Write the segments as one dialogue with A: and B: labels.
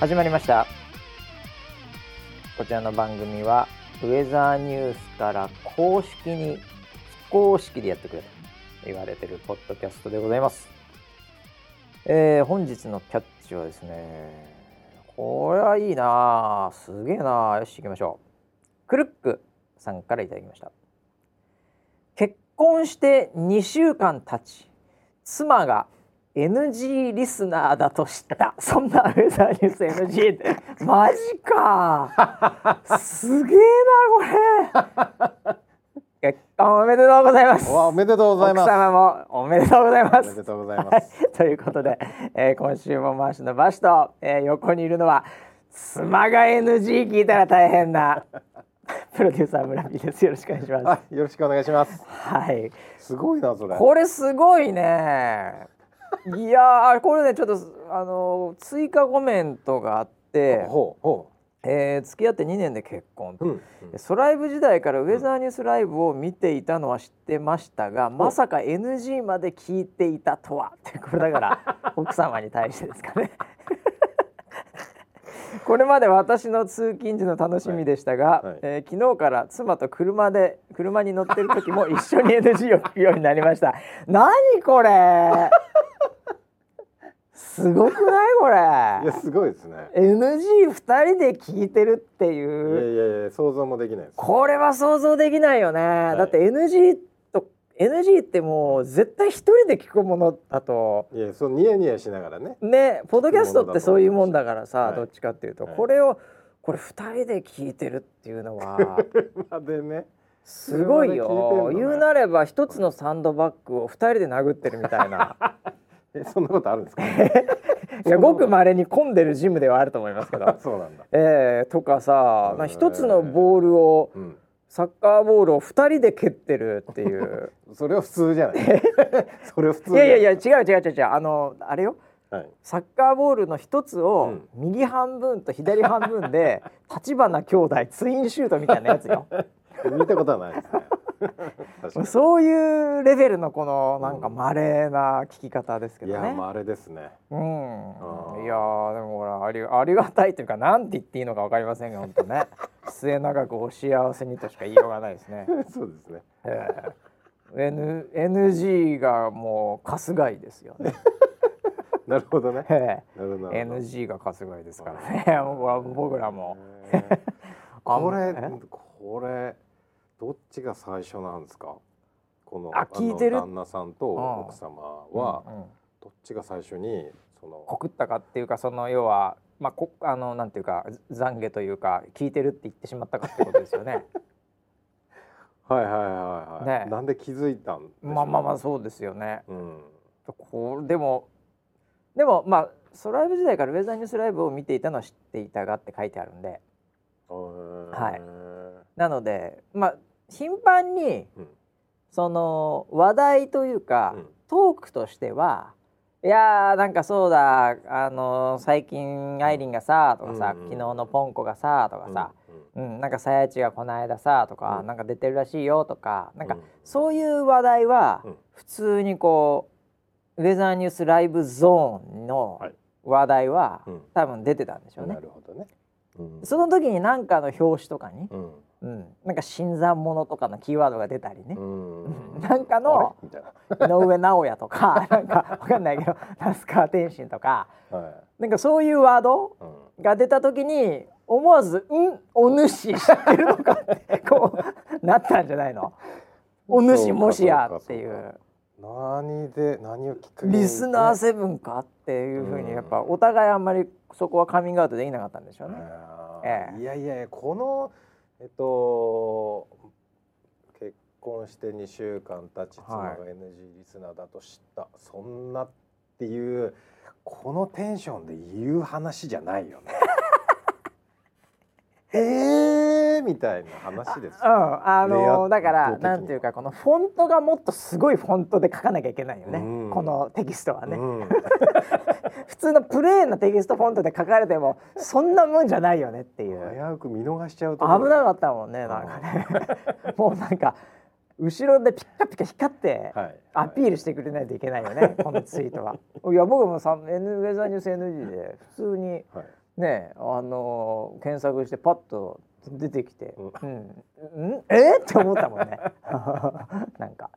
A: 始まりましたこちらの番組はウェザーニュースから公式に非公式でやってくれと言われてるポッドキャストでございます、えー本日のキャッチはですねこれはいいなあすげえなあよし行きましょうクルックさんからいただきました結婚して2週間経ち妻が NG リスナーだと知ったそんなウェザーニュース NG ってマジかすげえなこ れ結婚おめでとうございます
B: わあおめでとうございます。
A: 奥様もおめでとうございま
B: おめ
A: す
B: でとうございます。
A: ということで、えー今週も回しのバシと、えー横にいるのは妻が NG 聞いたら大変なプロデューサー村木ですよろしくお願いします
B: はい、よろしくお願いします。
A: はい
B: すごいなそれ。
A: これすごいねいやーこれねちょっとあのー追加コメントがあって、
B: ほうほ
A: えー付き合って2年で結婚
B: う。うん。
A: ソライブ時代からウェザーニュースライブを見ていたのは知ってましたが、まさか NG まで聞いていたとは ってこれだから奥様に対してですかね これまで私の通勤時の楽しみでしたが、
B: はいはい
A: えー昨日から妻と車で車に乗ってる時も一緒に NG を聞くようになりました何これすごくないこ
B: いや
A: れ
B: すごいですね。
A: NG2 人で聞いてるって
B: い
A: いう
B: やいやいや想像もできないです。
A: これは想像できないよね、
B: い
A: だって NG と NG ってもう絶対一人で聞くものだと
B: いやそうニヤニヤしながらね。
A: ねポッドキャストってそういうもんだからさ、
B: はい
A: どっちかっていうと、
B: はい
A: これをこれ二人で聞いてるっていうの は
B: までね。
A: すごいよ
B: 車で聞いてんのね
A: 言うなれば一つのサンドバッグを二人で殴ってるみ たいな
B: えそんなことあるんですか。。
A: いやごくまれに混んでるジムではあると思いますけど
B: そうなんだ。
A: えー、とかさ、まあ、一つのボールを
B: うん。
A: サッカーボールを二人で蹴ってるっていう。
B: それは普通じ ゃない。それは普通
A: い
B: じ
A: や
B: ゃない
A: やいや違う違う違う違うあのあれよ
B: はい。
A: サッカーボールの一つを右半分と左半分で 立花兄弟ツインシュートみたいなやつよ
B: 見たことはないですね。確か
A: そういうレベルのこのなんか稀な聞き方ですけ
B: に。い
A: どね、
B: や
A: うん、
B: まああれですね。あー
A: いやーでもほらありありがたいというかなんて言っていいのかわかりませんが本当 ね末永くお幸せにとしか言いようがないですね、
B: そうですね。
A: えー N NG がもう春日井ですよね、
B: なるほどね。
A: えー
B: なるほどなるほど。
A: NG が春日井ですからね もう僕らも
B: へー。
A: あん
B: これ
A: え
B: これどっちが最初なんですかこの
A: あ
B: あの
A: 聞いてる
B: 旦那さんと
A: うん
B: 奥様は
A: うんうん
B: どっちが最初にその
A: 告ったかっていうかその要はまあこあのなんていうかざ懺悔というか聞いてるって言ってしまったかってことですよ ね
B: はいはいはいはい、
A: ね
B: なんで気づいたんでしょう
A: まあまあまあそうですよね
B: うん
A: こうでもでもまあソライブ時代からウェザーニュースライブを見ていたのは知っていたがって書いてあるんで
B: はい
A: なのでまあ頻繁に
B: うん
A: その話題というか、
B: うん
A: トークとしてはいやーなんかそうだあのー最近アイリンがさとかさ、
B: うんうん
A: 昨日のポンコがさとかさ、うんなんかさやちがこの間さとか、
B: うん
A: なんか出てるらしいよとかなんか、
B: うん
A: そういう話題は
B: うん
A: 普通にこうウェザーニュースライブゾーンの
B: はい
A: 話題は、
B: うん
A: 多分出てたんでしょうね
B: な。るほどね、うん
A: その時に何かの表紙とかに、
B: うん
A: うん、なんか新参者とかのキーワードが出たりね、
B: うん
A: なんかの
B: あれみたい
A: 井上尚弥とか なんかわかんないけど那須川天心とか
B: な、は
A: なんかそういうワード
B: いうん、
A: が出た時に思わず「んお主知ってるのか」ってこうなったんじゃないのお主もしやってい
B: そうかそう
A: う
B: 何で何をきっかけに
A: リスナーセブンかっていうふうにやっぱお互いあんまりそこはカミングアウトできなかったんでしょうね。
B: あ
A: え
B: ー
A: え
B: いやいやいやこのえっと結婚して2週間経ち妻
A: は
B: が
A: い
B: NG リスナーだと知った、そんなっていうこのテンションで言う話じゃないよ ね。えーみたいな話です
A: う
B: よ。
A: ん、あ
B: レイアウ
A: の
B: ト
A: だから
B: 的に
A: なんていうかこのフォントがもっとすごいフォントで書かなきゃいけないよね、
B: うん
A: このテキストはね。
B: うん、
A: 普通のプレーンなテキストフォントで書かれてもそんなもんじゃないよねっていう
B: 危うく見逃しちゃうと
A: 危
B: ころ
A: なかったもんねなんかね もうなんか後ろでピッカピカ光って
B: はい
A: アピールしてくれない といけないよねこのツイートはいや僕もさ N ウェザーニュース NG で普通に
B: はい
A: ねえあのー検索してパッと出てきて、
B: う
A: うん、うん、えーって思ったもんね。 なんか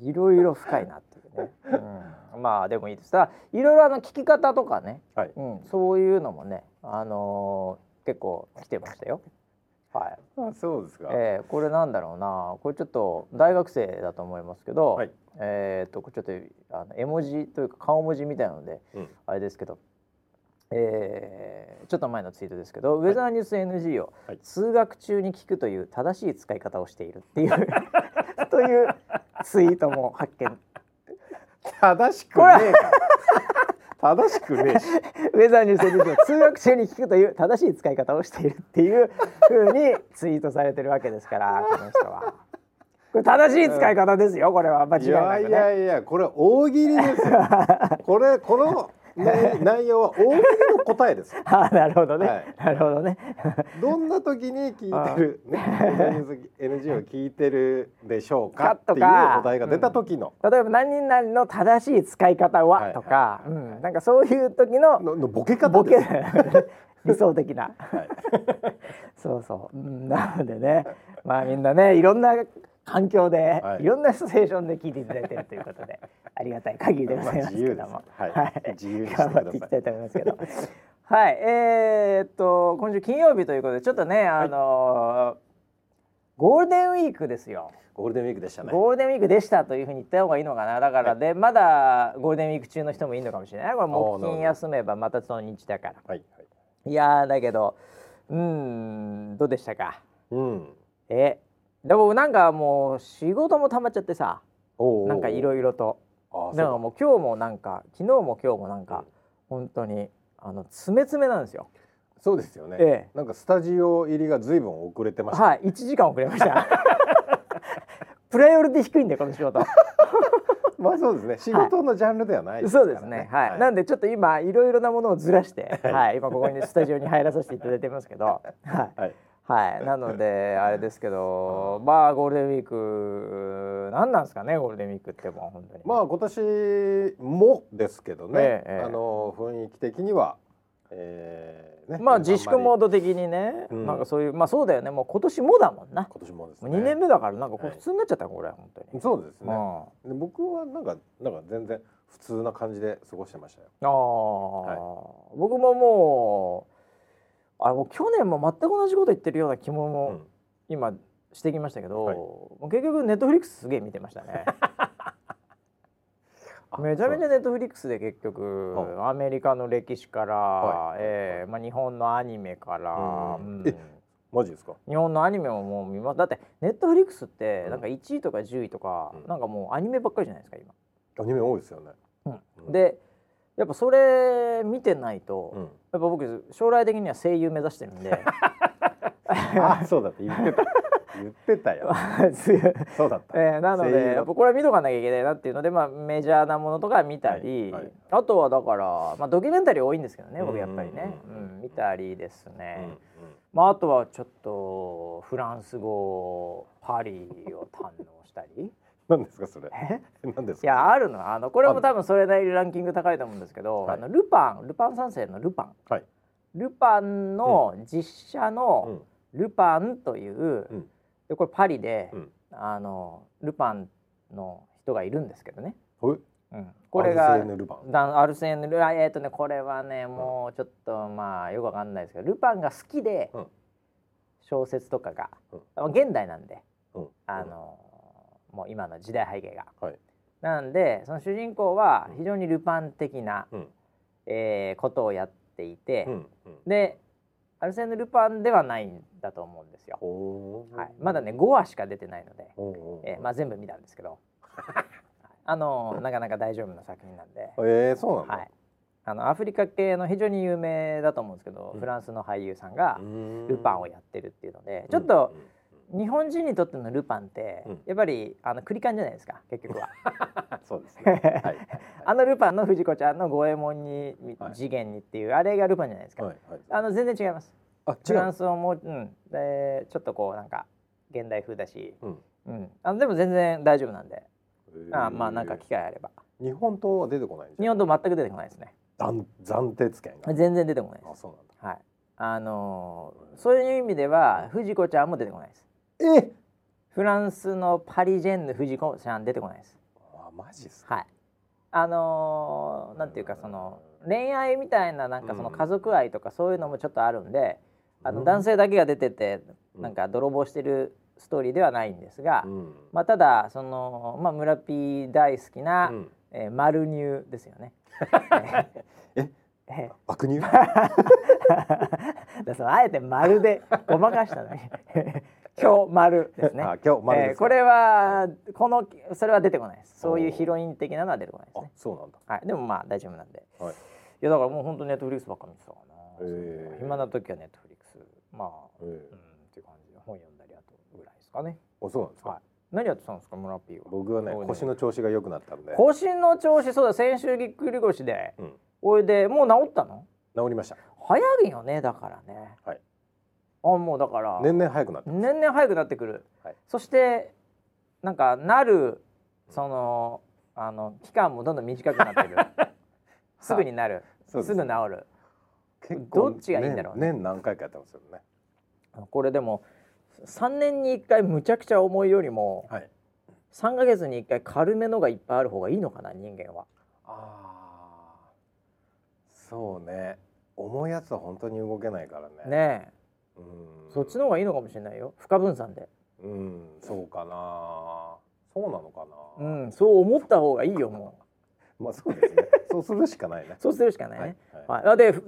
A: いろいろ深いなっていうね。うん、まあでもいいです。ただいろいろあの聞き方とかね、
B: はい
A: うん、そういうのもね、あのー結構来てましたよ。はい。
B: あそうですか
A: えーこれなんだろうなこれちょっと大学生だと思いますけど、
B: はい
A: えーっとこれちょっとあの絵文字というか顔文字みたいなので、
B: うん
A: あれですけど、えーちょっと前のツイートですけど、ウェザーニュース NG を
B: はい
A: 通学中に聞くという正しい使い方をしているっていう、 というツイートも発見
B: 正しくね えから正しくねえし
A: ウェザーニュース NG を通学中に聞くという正しい使い方をしているっていうふうにツイートされてるわけです からこの人は。これ正しい使い方ですよこれは間違い
B: い
A: な
B: や
A: くね。
B: いやいやこれは大喜利で すよこれこの内内容は大喜利の答えですよ
A: あーなるほどね、
B: はい
A: なるほどね
B: どんな時に聞いてるね NG を聞いてるでしょうかっていうお題が出た時の、
A: 例えば何々の正しい使い方は、
B: はい
A: とか、うん、なんかそういう時の
B: ののボケ方
A: ボ
B: です
A: ケ理想的な、
B: はい
A: そうそう、うん、なのでねまあみんなねいろんな環境で、
B: はい
A: い、ろんなシチュエーションで聞いていただいてるということでありがたい限りでございますけ ども、
B: まあ自由ですはい
A: 頑
B: 自由にしてください
A: 張っていきたいと思いますけどはいえー、っと今週金曜日ということでちょっとねあのーゴールデンウィークですよ。
B: ゴールデンウィークでしたね
A: ゴールデンウィークでしたというふうに言った方がいいのかなだからでまだゴールデンウィーク中の人もいいのかもしれないこれ木金休めばまたその日だから
B: はいはい
A: いやーだけどうーんどうでしたか
B: うん
A: えでもなんかもう仕事も溜まっちゃってさ
B: お
A: なんかいろいろと
B: ろ
A: だからもう今日もなんか昨日も今日もなんか本当にあの詰め詰めなんですよ
B: そうですよね、
A: ええ
B: なんかスタジオ入りがずいぶん遅れて ました、
A: はい1時間遅れました プライオリティ低いんでこの仕事
B: まあそうですね仕事のジャンルではない
A: そうですね。はい。なん
B: で
A: でちょっと今いろいろなものをずら して、はい。今ここにスタジオに入らさせていただいてますけど、はい。
B: はい
A: はい。なので あれですけど、まあゴールデンウィーク何なんですかねゴールデンウィークってもう本当に。
B: まあ今年もですけどね、
A: ええええ
B: あの雰囲気的には、えーね、
A: まあ自粛モー
B: んまり
A: ド的にね、
B: うん
A: なんかそういうまあそうだよね。もう今年もだもんな。
B: 今年もです
A: も
B: ね
A: う2年目だからなんかこれ
B: はい
A: 普通になっちゃったよこれ本当に。
B: そうです
A: うん
B: ね、。で僕はなんかなんか全然普通な感じで過ごしてましたよ
A: ああ、僕ももう。あれもう去年も全く同じこと言ってるような気もも、
B: うん
A: 今してきましたけど、
B: はい
A: もう結局ネットフリックスすげえ見てましたね
B: あ
A: めちゃめち
B: そ
A: ゃ
B: う
A: ネットフリックスで結局アメリカの歴史から、
B: はい
A: えーまあ、日本のアニメから、
B: う
A: う
B: ん
A: ん
B: えマジですか
A: 日本のアニメももう見ますだってネットフリックスって
B: うん
A: なんか1位とか10位とか、
B: うん
A: なんかもうアニメばっかりじゃないですか今。
B: アニメ多いですよねうん
A: でやっぱそれ見てないと、
B: う
A: やっ
B: ん
A: ぱ僕将来的には声優目指してるんで
B: あそうだって言ってた言ってたよそうだった、
A: えー、なの
B: 声優だ
A: でやっぱこれは見とかなきゃいけないなっていうので、まあ、メジャーなものとか見たり、
B: はいはい
A: あとはだから、まあ、ドキュメンタリー多いんですけどね
B: うんうん
A: 僕やっぱりね、
B: う
A: うんん
B: うん
A: 見たりですね、
B: うんうん
A: まあ、あとはちょっとフランス語パリを堪能したり
B: 何ですかそれ
A: え
B: 何で
A: い
B: すか
A: やあるのあのこれも多分それなりにランキング高いと思うんですけど、
B: はい
A: あのルパンルパン三世のルパン、
B: はい
A: ルパンの実写
B: う
A: の
B: ん
A: ルパンという、
B: うん
A: でこれパリで、
B: うん
A: あのルパンの人がいるんですけどね、
B: ほい
A: うん、これが
B: アルセーヌルパン
A: だアルセーヌルあえっ、とねこれはねもうちょっとまあよくわかんないですけどルパンが好きで、
B: うん
A: 小説とかが、
B: うん
A: まあ現代なんで、
B: うん
A: あのーもう今の時代背景が。
B: はい
A: なんでその主人公は非常にルパン的な、
B: うん
A: えーことをやっていて、
B: うんうん
A: でアルセーヌ・ルパンではないんだと思うんですよ。
B: おー
A: はい、まだね5話しか出てないので、
B: おーおー
A: えーまあ、全部見たんですけ どあのなかなか大丈夫な作品なんで、
B: えー、そうなんだ、
A: はい、あのアフリカ系の非常に有名だと思うんですけど、
B: うん
A: フランスの俳優さんが
B: うーん
A: ルパンをやってるっていうので、ちょっと、日本人にとってのルパンって、
B: うん
A: やっぱりあのクリカンじゃないですか結 局は。
B: うんうんそうですね、 はいはい
A: あのルパンの藤子ちゃんの五右衛門に、
B: はい
A: 次元にっていうあれがルパンじゃないですか、
B: はいはい
A: あの全然違います
B: あ
A: フランスをもう、うんでちょっとこうなんか現代風だし、
B: うん
A: うん、あのでも全然大丈夫なんで、
B: う
A: あまあなんか機会あれば
B: 日本刀は出てこないんです
A: 日
B: よ
A: 本と全く出てこないですね
B: 暫暫定付き合いが
A: 全然出てこないで
B: あそうなんだ
A: すはいあのーそういう意味では藤子ちゃんも出てこないです
B: え
A: フランスのパリジェンヌ藤子ちゃん出てこないです
B: あマジですか
A: はいあのーなんていうかその恋愛みたいななんかその
B: うん
A: 家族愛とかそういうのもちょっとあるんで、あ
B: う
A: の
B: ん
A: 男性だけが出てて
B: うん
A: なんか泥棒してるストーリーではないんですが、
B: うん
A: まあ、ただその、まあ、村ピー大好きな、
B: うん
A: えー、マルニューですよね。
B: え
A: え
B: 悪乳
A: ー だそうあえて丸でごまかしたのに 今日丸ですね。
B: あ今日丸ですか
A: えーこれはこのそれは出てこないです。そういうヒロイン的なのは出てこないです
B: あ
A: ね。
B: そうなんだ
A: はい、でもまあ大丈夫なんで。
B: はい
A: いやだからもう本当ネットフリックスばっか見てたかな。
B: えー
A: 暇な時はネットフリックスまあ、
B: え
A: う
B: ー
A: んっていう感じで本読んだりあとぐらいですかね。
B: あそうなんですか
A: はい。何やってたんですか村ピーは。
B: 僕はね
A: そうね
B: 腰の調子が良くなったんで
A: 腰の調子そうだ先週ぎっくり腰で
B: うん
A: おいでもう治ったの
B: 治りました
A: 早いよねだからね
B: はい
A: あもうだから、
B: 年々早くなって
A: 年々早くなってくる、
B: はい
A: そしてなんかなるそのあの期間もどんどん短くなってる すぐになる、
B: そうですす
A: ぐ治る
B: 結
A: どっちがいいんだろうね
B: 年年何回かやってますよね
A: これでも3年に1回むちゃくちゃ重いよりも
B: はい
A: 3ヶ月に1回軽めのがいっぱいある方がいいのかな人間は
B: ああそうね重いやつは本当に動けないからね
A: ねえ
B: うん
A: そっちの方がいいのかもしれないよ負荷分散で
B: うんそうかなそうなのか
A: う
B: な、
A: んそう思った方がいいよもう
B: まあそうで すねそうするしかないね
A: そうするしかない
B: はい
A: ね。
B: はい
A: はい、あで治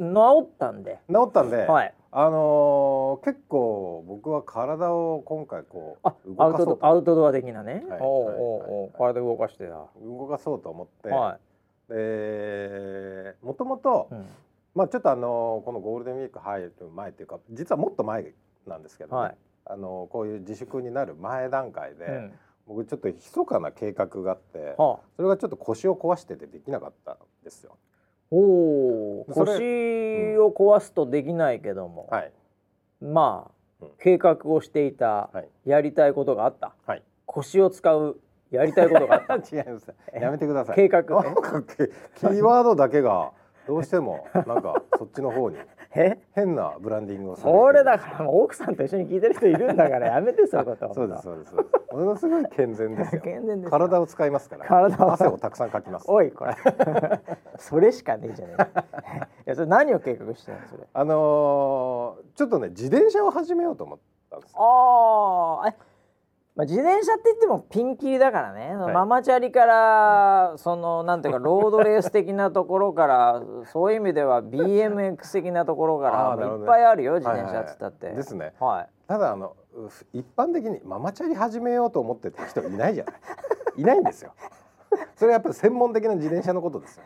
A: ったんで、
B: 治ったんで、
A: はい、
B: あのー結構僕は体を今回こ
A: あ
B: う
A: ア
B: 動
A: ウト
B: かそう
A: ド
B: と
A: アウトドア的なね、
B: はい
A: おう
B: はい
A: おうおう
B: は
A: 体動かしてだ、は
B: 動かそうと思って、
A: い
B: でもともと、
A: うん
B: まあちょっとあのーこのゴールデンウィーク入る前っていうか実はもっと前なんですけどね、
A: はい
B: あのーこういう自粛になる前段階で、
A: うん
B: 僕ちょっと密かな計画があって
A: はあ、
B: それがちょっと腰を壊しててできなかったんですよ。
A: おお
B: それ
A: 腰を壊すとできないけども、
B: はい、
A: まあ
B: うん
A: 計画をしていた
B: はい
A: やりたいことがあった、
B: はい
A: 腰を使うやりたいことがあった
B: 違いますやめてく ださい
A: 計画
B: なんかけキーワードだけがどうしてもなんかそっちの方に
A: え
B: 変なブランディングをされてる
A: それだからもう奥さんと一緒に聞いてる人いるんだからやめてそういうこと
B: そうですそうですそうですものすごい健全ですよ
A: 健全ですよ
B: 体を使いますから
A: 体を
B: 汗をたくさんかきます
A: おいこれ それしかねえじゃねえか いやそれ何を計画してんのそれ
B: あのーちょっとね自転車を始めようと思ったんですよ
A: ああえ、まあ、自転車って言ってもピンキリだからね、
B: はい
A: ママチャリからそのなんていうかロードレース的なところからそういう意味では BMX 的なところから
B: あーなるほど
A: い
B: ね
A: っぱいあるよ自転車っつったって、
B: はいはいはいですね
A: はい
B: ただあのう一般的にママチャリ始めようと思ってって人いないじゃないいないんですよそれはやっぱり専門的な自転車のことですよ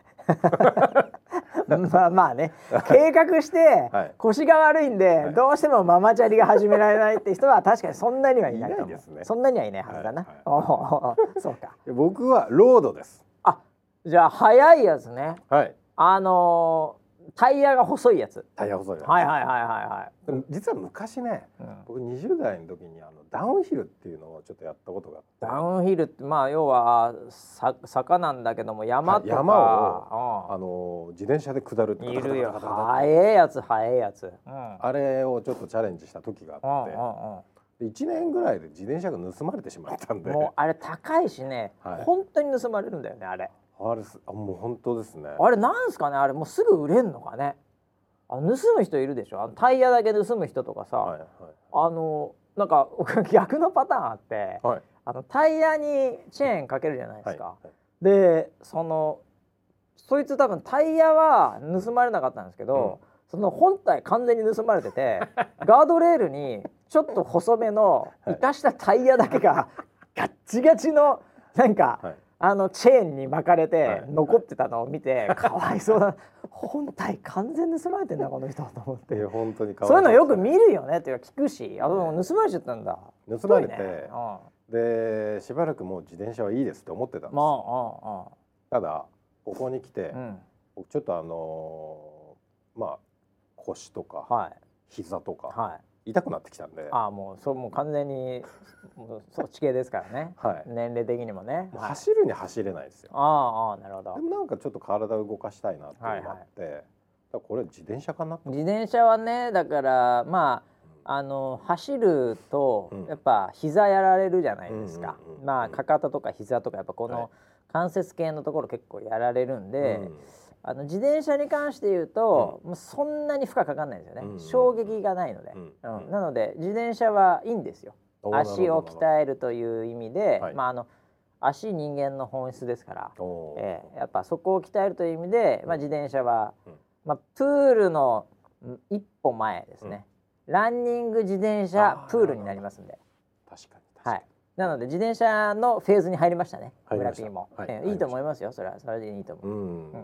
A: まあまあね計画して
B: はい
A: 腰が悪いんで、
B: い
A: どうしてもママチャリが始められないって人は確かにそんなにはいないと思う
B: いないですね
A: そんなにはいないはずだな、
B: はいはい
A: おおお そうか
B: 僕はロードです
A: あじゃあ速いやつね
B: はい
A: あのータイヤが細いやつ
B: タイヤ細いの
A: はいはいはいは
B: でも実は昔ね
A: いはい、うん
B: 僕20代の時にあのダウンヒルっていうのをちょっとやったことがあって
A: ダウンヒルってまあ要はさ坂なんだけども山とか、
B: はい山あの自転車で下るって
A: うんいるよ
B: ガタガタガタガタガタ
A: 速いやつ速いやつ、うん、
B: あれをちょっとチャレンジした時
A: う
B: があ
A: ん
B: っ
A: う
B: て
A: んうん
B: で1年ぐらいで自転車が盗まれてしまったんで
A: もうあれ高いしね、
B: はい
A: 本当に盗まれるんだよねあれ
B: あれすあもう本当ですね
A: あれなんすかねあれもうすぐ売れんのかねあの盗む人いるでしょあのタイヤだけ盗む人とかさ、
B: はいは
A: あのなんか 逆のパターンあって
B: いはい
A: あのタイヤにチェーンかけるじゃないで
B: は
A: す
B: い
A: か、
B: はい
A: でそのそいつ多分タイヤは盗まれなかったんですけど、その本体完全に盗まれて てガードレールにちょっと細めの
B: は
A: 生
B: い
A: かしたタイヤだけ がガッチガチのなんか、
B: はい
A: あのチェーンに巻かれ
B: は
A: て
B: い
A: 残ってたのを見て、 かわいそうだ本体完全に盗まれてんだこの人と思って
B: いや本当にか
A: そうい
B: わ
A: う
B: そ
A: の
B: う
A: よく見るよねっていうか聞くしあでも盗まれちゃったんだ
B: 盗まれて
A: ひどいねうん、
B: でしばらくもう自転車はいいですって思ってたんです、
A: まあ
B: ただここに来て
A: うんうんうん
B: 僕ちょっとあのーまあ腰とか
A: はい
B: 膝とか
A: はい
B: 痛くなってきたんで、
A: ああもうそうもう完全にもうそっち系ですからね
B: はい、
A: 年齢的にもね
B: もう
A: はい
B: 走るに走れないですよ。
A: ああああなるほど
B: でもなんかちょっと体を動かしたいなっていうのがあって、だからこれ自転車かなって
A: 自転車はねだからまああの走ると
B: うん
A: やっぱ膝やられるじゃないですか、
B: うんうんうんうん
A: まあかかととか膝とかやっぱこ
B: はい
A: の関節系のところ結構やられるんで、
B: うん
A: あの自転車に関して言うと、もうそんなに負荷かかんないんですよね、
B: うんうん
A: 衝撃がないので、
B: うん
A: うん
B: うん
A: なので自転車はいいんですよ足を鍛えるという意味で、
B: はい
A: まああの足人間の本質ですから、
B: おー
A: えーやっぱそこを鍛えるという意味で、まあ、
B: うん
A: 自転車は、
B: うん
A: まあ、プールのん一歩前ですね、ランニング自転車
B: あー
A: プールになりますんで、
B: 確かに確かに
A: はい、なので自転車のフェーズに入りましたね
B: 入り
A: 村
B: ました
A: P も、
B: はい
A: えー
B: 入りました
A: いいと思いますよそれはそれでいいと思
B: う
A: う、
B: ん
A: う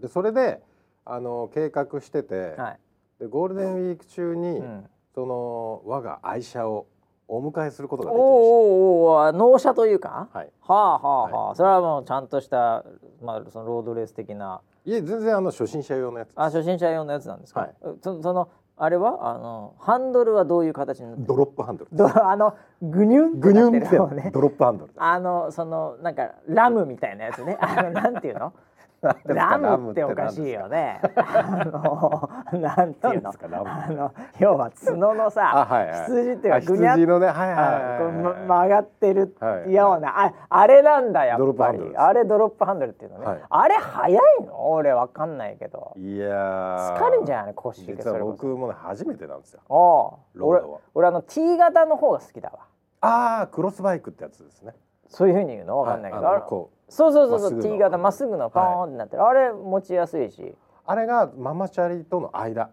B: でそれであの計画してて、
A: はい、
B: でゴールデンウィーク中に、
A: うん、
B: その我が愛車をお迎えすること
A: おー
B: ができま
A: おー
B: し
A: おー納車というか、
B: た。はい。
A: はあはあはあ、それはもうちゃんとした、まあ、そのロードレース的ない
B: え全然あの初心者用のやつ。
A: あ初心者用のやつなんですか、
B: はい
A: そそのあれはあのハンドルはどういう形になってる
B: ドロップハンドル。
A: どあのグニュン
B: グニュン
A: っ
B: ってて
A: なってるのね
B: ドロップハンドル。
A: あのそのなんかラムみたいなやつね あのなんていうのラムっておかしいよねあのなんていう
B: 何で
A: の
B: すかラム
A: あの要は角の
B: あ
A: さ
B: はいはい。
A: 羊っていうか
B: あ
A: ぐにゃっ
B: 羊のねはいはい
A: あこう
B: はい
A: ま
B: は
A: 曲
B: い。
A: がってる
B: はい
A: ような、ああれなんだや
B: ドロ
A: っ
B: ップハ
A: ぱ
B: ン
A: り
B: ドルです
A: あれドロップハンドルっていうのね、
B: はい
A: あれ早いの俺わかんないけど
B: いやー。
A: 疲れんじゃない腰が
B: 実は僕もね初めてなんですよ。
A: おう
B: ロー
A: 俺
B: ドは
A: 俺あの T 型の方が好きだわ
B: ああクロスバイクってやつですね。
A: そういうふうに言うのわかんないけど、
B: は
A: あ
B: あの
A: れ
B: こう
A: そうそうそう
B: ま
A: そう
B: っすぐの
A: T 型まっすぐのパーンってなってる、あれ持ちやすいし
B: あれがママチャリとの間。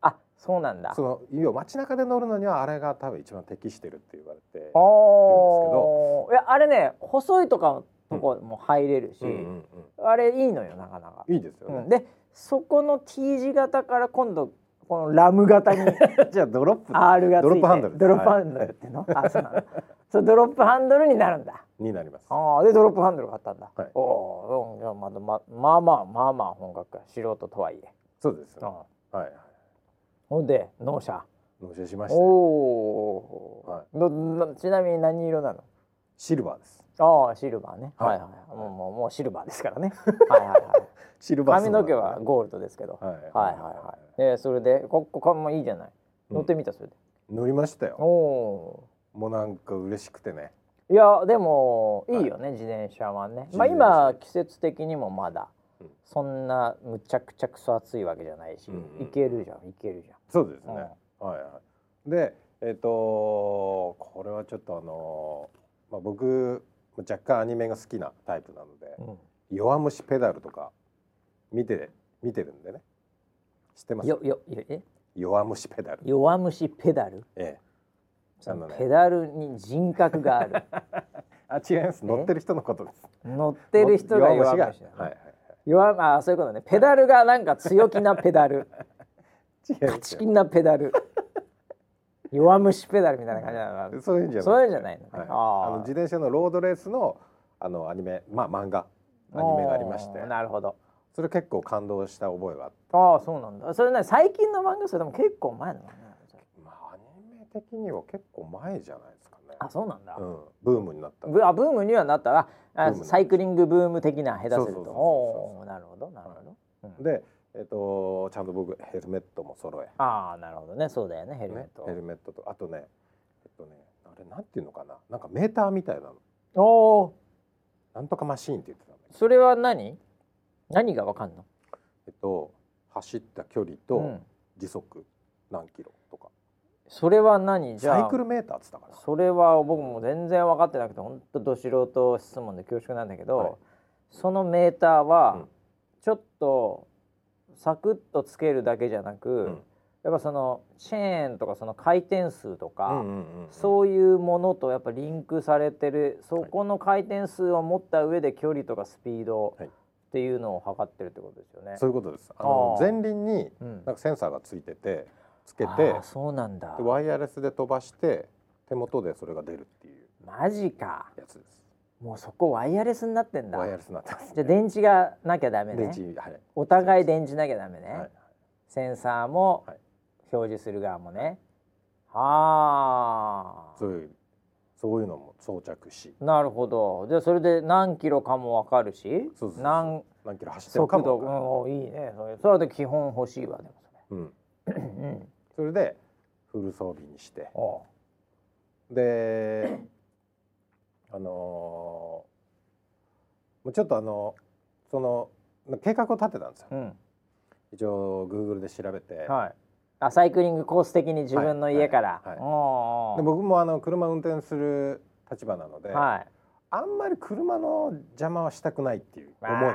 A: あそうなんだ
B: その要は街中で乗るのにはあれが多分一番適してるって言われて。
A: おーいやあれね細いとかのとこも入れるし、
B: うんうん
A: あれいいのよなかなか、
B: うん。いいですよ
A: う
B: ね
A: ん。でそこの T 字型から今度このラム 型に
B: じゃあドロップ
A: R がついて
B: ドロップハンドルです
A: ドロップハンドルっての、あそうなのそうドロップハンドルになるんだ
B: になります。
A: ああでドロップハンドル買ったんだ、
B: はい
A: おおーうんじゃあまだままあまあまあまあ本格か素人とはいえ、
B: そうです、ね。
A: うん
B: はいはい。
A: ほんで納車
B: 納車しました。
A: おお、
B: は
A: どなちなみに何色なの
B: シルバーです。
A: ああシルバーね、は、
B: はいい
A: はいはいもうもうもうシルバーですから ねはいはい、はい、
B: シルバース
A: 髪
B: モー
A: の
B: ク
A: 毛
B: なん
A: は
B: でね。
A: ゴールドですけど、はい、
B: はい
A: はいはいでそれでこここもいいじゃない乗ってみたそれで、
B: 乗りましたよ。
A: おお
B: もうなんか嬉しくてね。
A: ーいやでもいいよね、自転車はねまあ
B: 自転車
A: 今季節的にもまだ
B: うん
A: そんなむちゃくちゃくそ暑いわけじゃないし、
B: うんうん
A: いけるじゃんいけるじゃん
B: そうですね。はいはい。で、えっ、とこれはちょっとあのーまあ僕若干アニメが好きなタイプなので、
A: うん、
B: 弱虫ペダルとか見て見てるんでね。知ってます
A: よ。よよえ
B: 弱虫ペダル。
A: 弱虫ペダル
B: ええ。あのね
A: ペダルに人格があ る
B: あ違います。乗ってる人のことです。
A: 乗ってる人が弱虫だ、ね
B: はいはいはい。
A: 弱あそういうことねペダルがなんか強気なペダル
B: 違いま
A: 勝
B: す
A: ち
B: よ
A: 気なペダル弱虫ペダルみたいな感じなの
B: そういうんじゃない。
A: そういうんじゃないのね
B: はい、
A: あー
B: あの自転車のロードレースのあのアニメ、まあ漫画アニメがありまして
A: おー、なるほど
B: それ結構感動した覚えがあって、
A: ああそうなんだそれね最近の漫画それでも結構前の漫画なんですよ
B: まあアニメ的には結構前じゃないですかね。
A: あそうなんだ、
B: うん、ブームになった。
A: ブあブームにはなったらあ
B: ブーム
A: サイクリングブーム的な下手す
B: そう
A: る
B: そ
A: と
B: うそうそう
A: おーなるほどなるほど、うん
B: で、えっ、とちゃんと僕ヘルメットも揃え、
A: ああなるほどねそうだよねヘルメッ
B: ね
A: ト、
B: ヘルメットとあとね、えっとねあれなんていうのかな、なんかメーターみたいなの、
A: おお
B: なんとかマシーンって言ってたんだけど、
A: それは何何がわかんの
B: えっと走った距離
A: う
B: と
A: ん
B: 時速何キロとか、
A: それは何じゃあ
B: サイクルメーターって言ってたか
A: それは僕も全然分かってなくて本当ど素人質問で恐縮なんだけど、
B: はい
A: そのメーター
B: う
A: は
B: ん
A: ちょっとサクッとつけるだけじゃなく、
B: うん
A: やっぱそのチェーンとかその回転数と
B: ら。
A: か、
B: んうんうん
A: そういうものとやっぱリンクされてるそこの回転数を持った上で距離とかスピード
B: はい
A: っていうのを測ってるってことですよね。
B: そういうことです。あの
A: あー
B: 前輪に
A: うん
B: なんかセンサーがついててつけ
A: あ
B: て
A: ーそうなんだ
B: でワイヤレスで飛ばして手元でそれが出るっていう
A: マジか
B: やつです。
A: もうそこワイヤレスになってんだ
B: ワイヤレスになってます、
A: じゃあ電池がなきゃダメね
B: 電池はい
A: お互い電池なきゃダメね、
B: はい
A: センサーも
B: はい
A: 表示する側もねはあ
B: そういうそういうのも装着し
A: あなるほどじゃあそれで何キロかもわかるし
B: そうそうそう
A: 何
B: 何キロ走ってるか
A: 速
B: も
A: 度、
B: わ
A: う
B: かる
A: ん、おいいねそれそれで基本欲しいわでも
B: うん、
A: それうん
B: それでフル装備にして
A: おう
B: であのーもうちょっとあのその計画を立てたんですよ
A: うん
B: 一応 Google で調べて、
A: はいあサイクリングコース的に自分の家から、
B: はいはいはい
A: おうおう
B: で僕もあの車運転する立場なので、
A: はい
B: あんまり車の邪魔はしたくないっていう思いもあ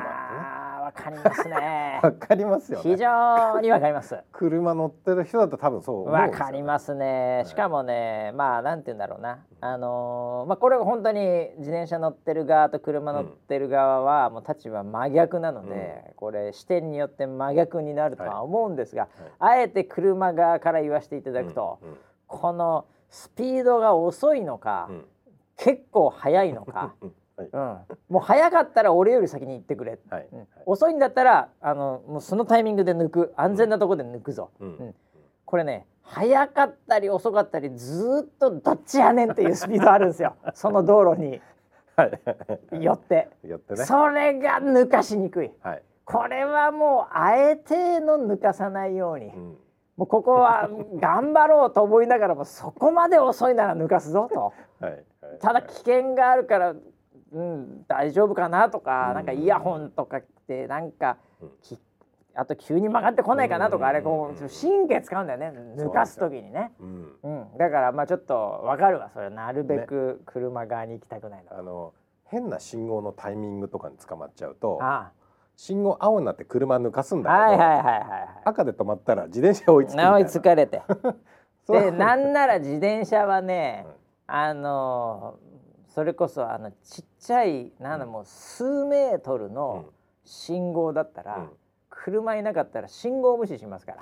A: あーわかりますね
B: ってねわかりますよ
A: 非
B: ね
A: 常にわかります
B: 車乗ってる人だと多分そう思うんです
A: わ
B: よね
A: かりますね
B: い
A: しかもねまあなんて言うんだろうなあのーまあこれは本当に自転車乗ってる側と車乗ってる側はもう立場真逆なので、これ視点によって真逆になるとは思うんですが、あえて車側から言わせていただくと、
B: うんうん
A: このスピードが遅いのか、
B: うん
A: 結構速いの か、
B: うんはい
A: うん、もう速かったら俺より先に行ってくれ
B: はい
A: うん遅いんだったらあのもうそのタイミングで抜く安全なところで抜くぞ、
B: うん
A: うんこれね早かったり遅かったりずーっとどっちやねんっていうスピードあるん ですよその道路に
B: はい
A: よって、
B: やってね
A: それが抜かしにくい
B: はい、
A: これはもうあえての抜かさないように、
B: うん、
A: もうここは頑張ろうと思いながらもそこまで遅いなら抜かすぞと。
B: はいはい
A: ただ危険があるから、うん、大丈夫かなとか、
B: うん
A: なんかイヤホンとかってなんか、
B: うん
A: きあと急に曲がってこないかなとか、
B: うん
A: あれこう神経使うんだよね抜かす時にね。
B: うん
A: うん、だからまあちょっとわかるわそれなるべく車側に行きたくないの、
B: あの変な信号のタイミングとかに捕まっちゃうと
A: あ
B: 信号青になって車抜かすん
A: あ
B: だけど、
A: はいはいはいは
B: 赤で止まったら自転車追い
A: い
B: つく
A: はい
B: みたいな
A: なおい疲れて
B: そう
A: でなんなら自転車はね、
B: うん
A: あのーそれこそあのちっちゃいなんだもう数メートル
B: う
A: の
B: ん
A: 信号だったら、
B: うん
A: 車いなかったら信号無視しますから。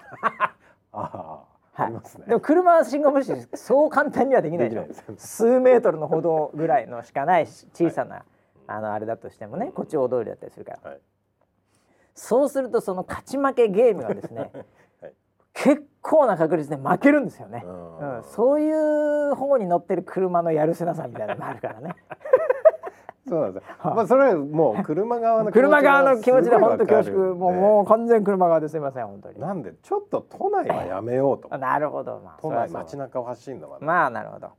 B: ああ、
A: はい
B: ありますね
A: でも車は信号無視そう簡単にはできない
B: で
A: でし
B: きな
A: ょ
B: い。ですよね
A: 数メートルの歩道ぐらいのしかないし小さな、あのあれだとしてもね、こっち大通りだったりするから。
B: はい
A: そうするとその勝ち負けゲームがですね、
B: はい
A: 結構な確率で負けるんですよね。
B: うん
A: うんそういう方に乗ってる車のやるせなさみたいなのもあるから ね。
B: そうなんですよ。まあそれはもう車側の気持ちが
A: 車側の気持ちで本当恐
B: す
A: 縮
B: ごいわかるんで
A: もうもう完全車側ですいません本当に
B: なんでちょっと都内はやめようと
A: あなるほどまあ
B: 都
A: そりゃ
B: 内
A: そう
B: 街中を走るのはね、
A: まあなるほど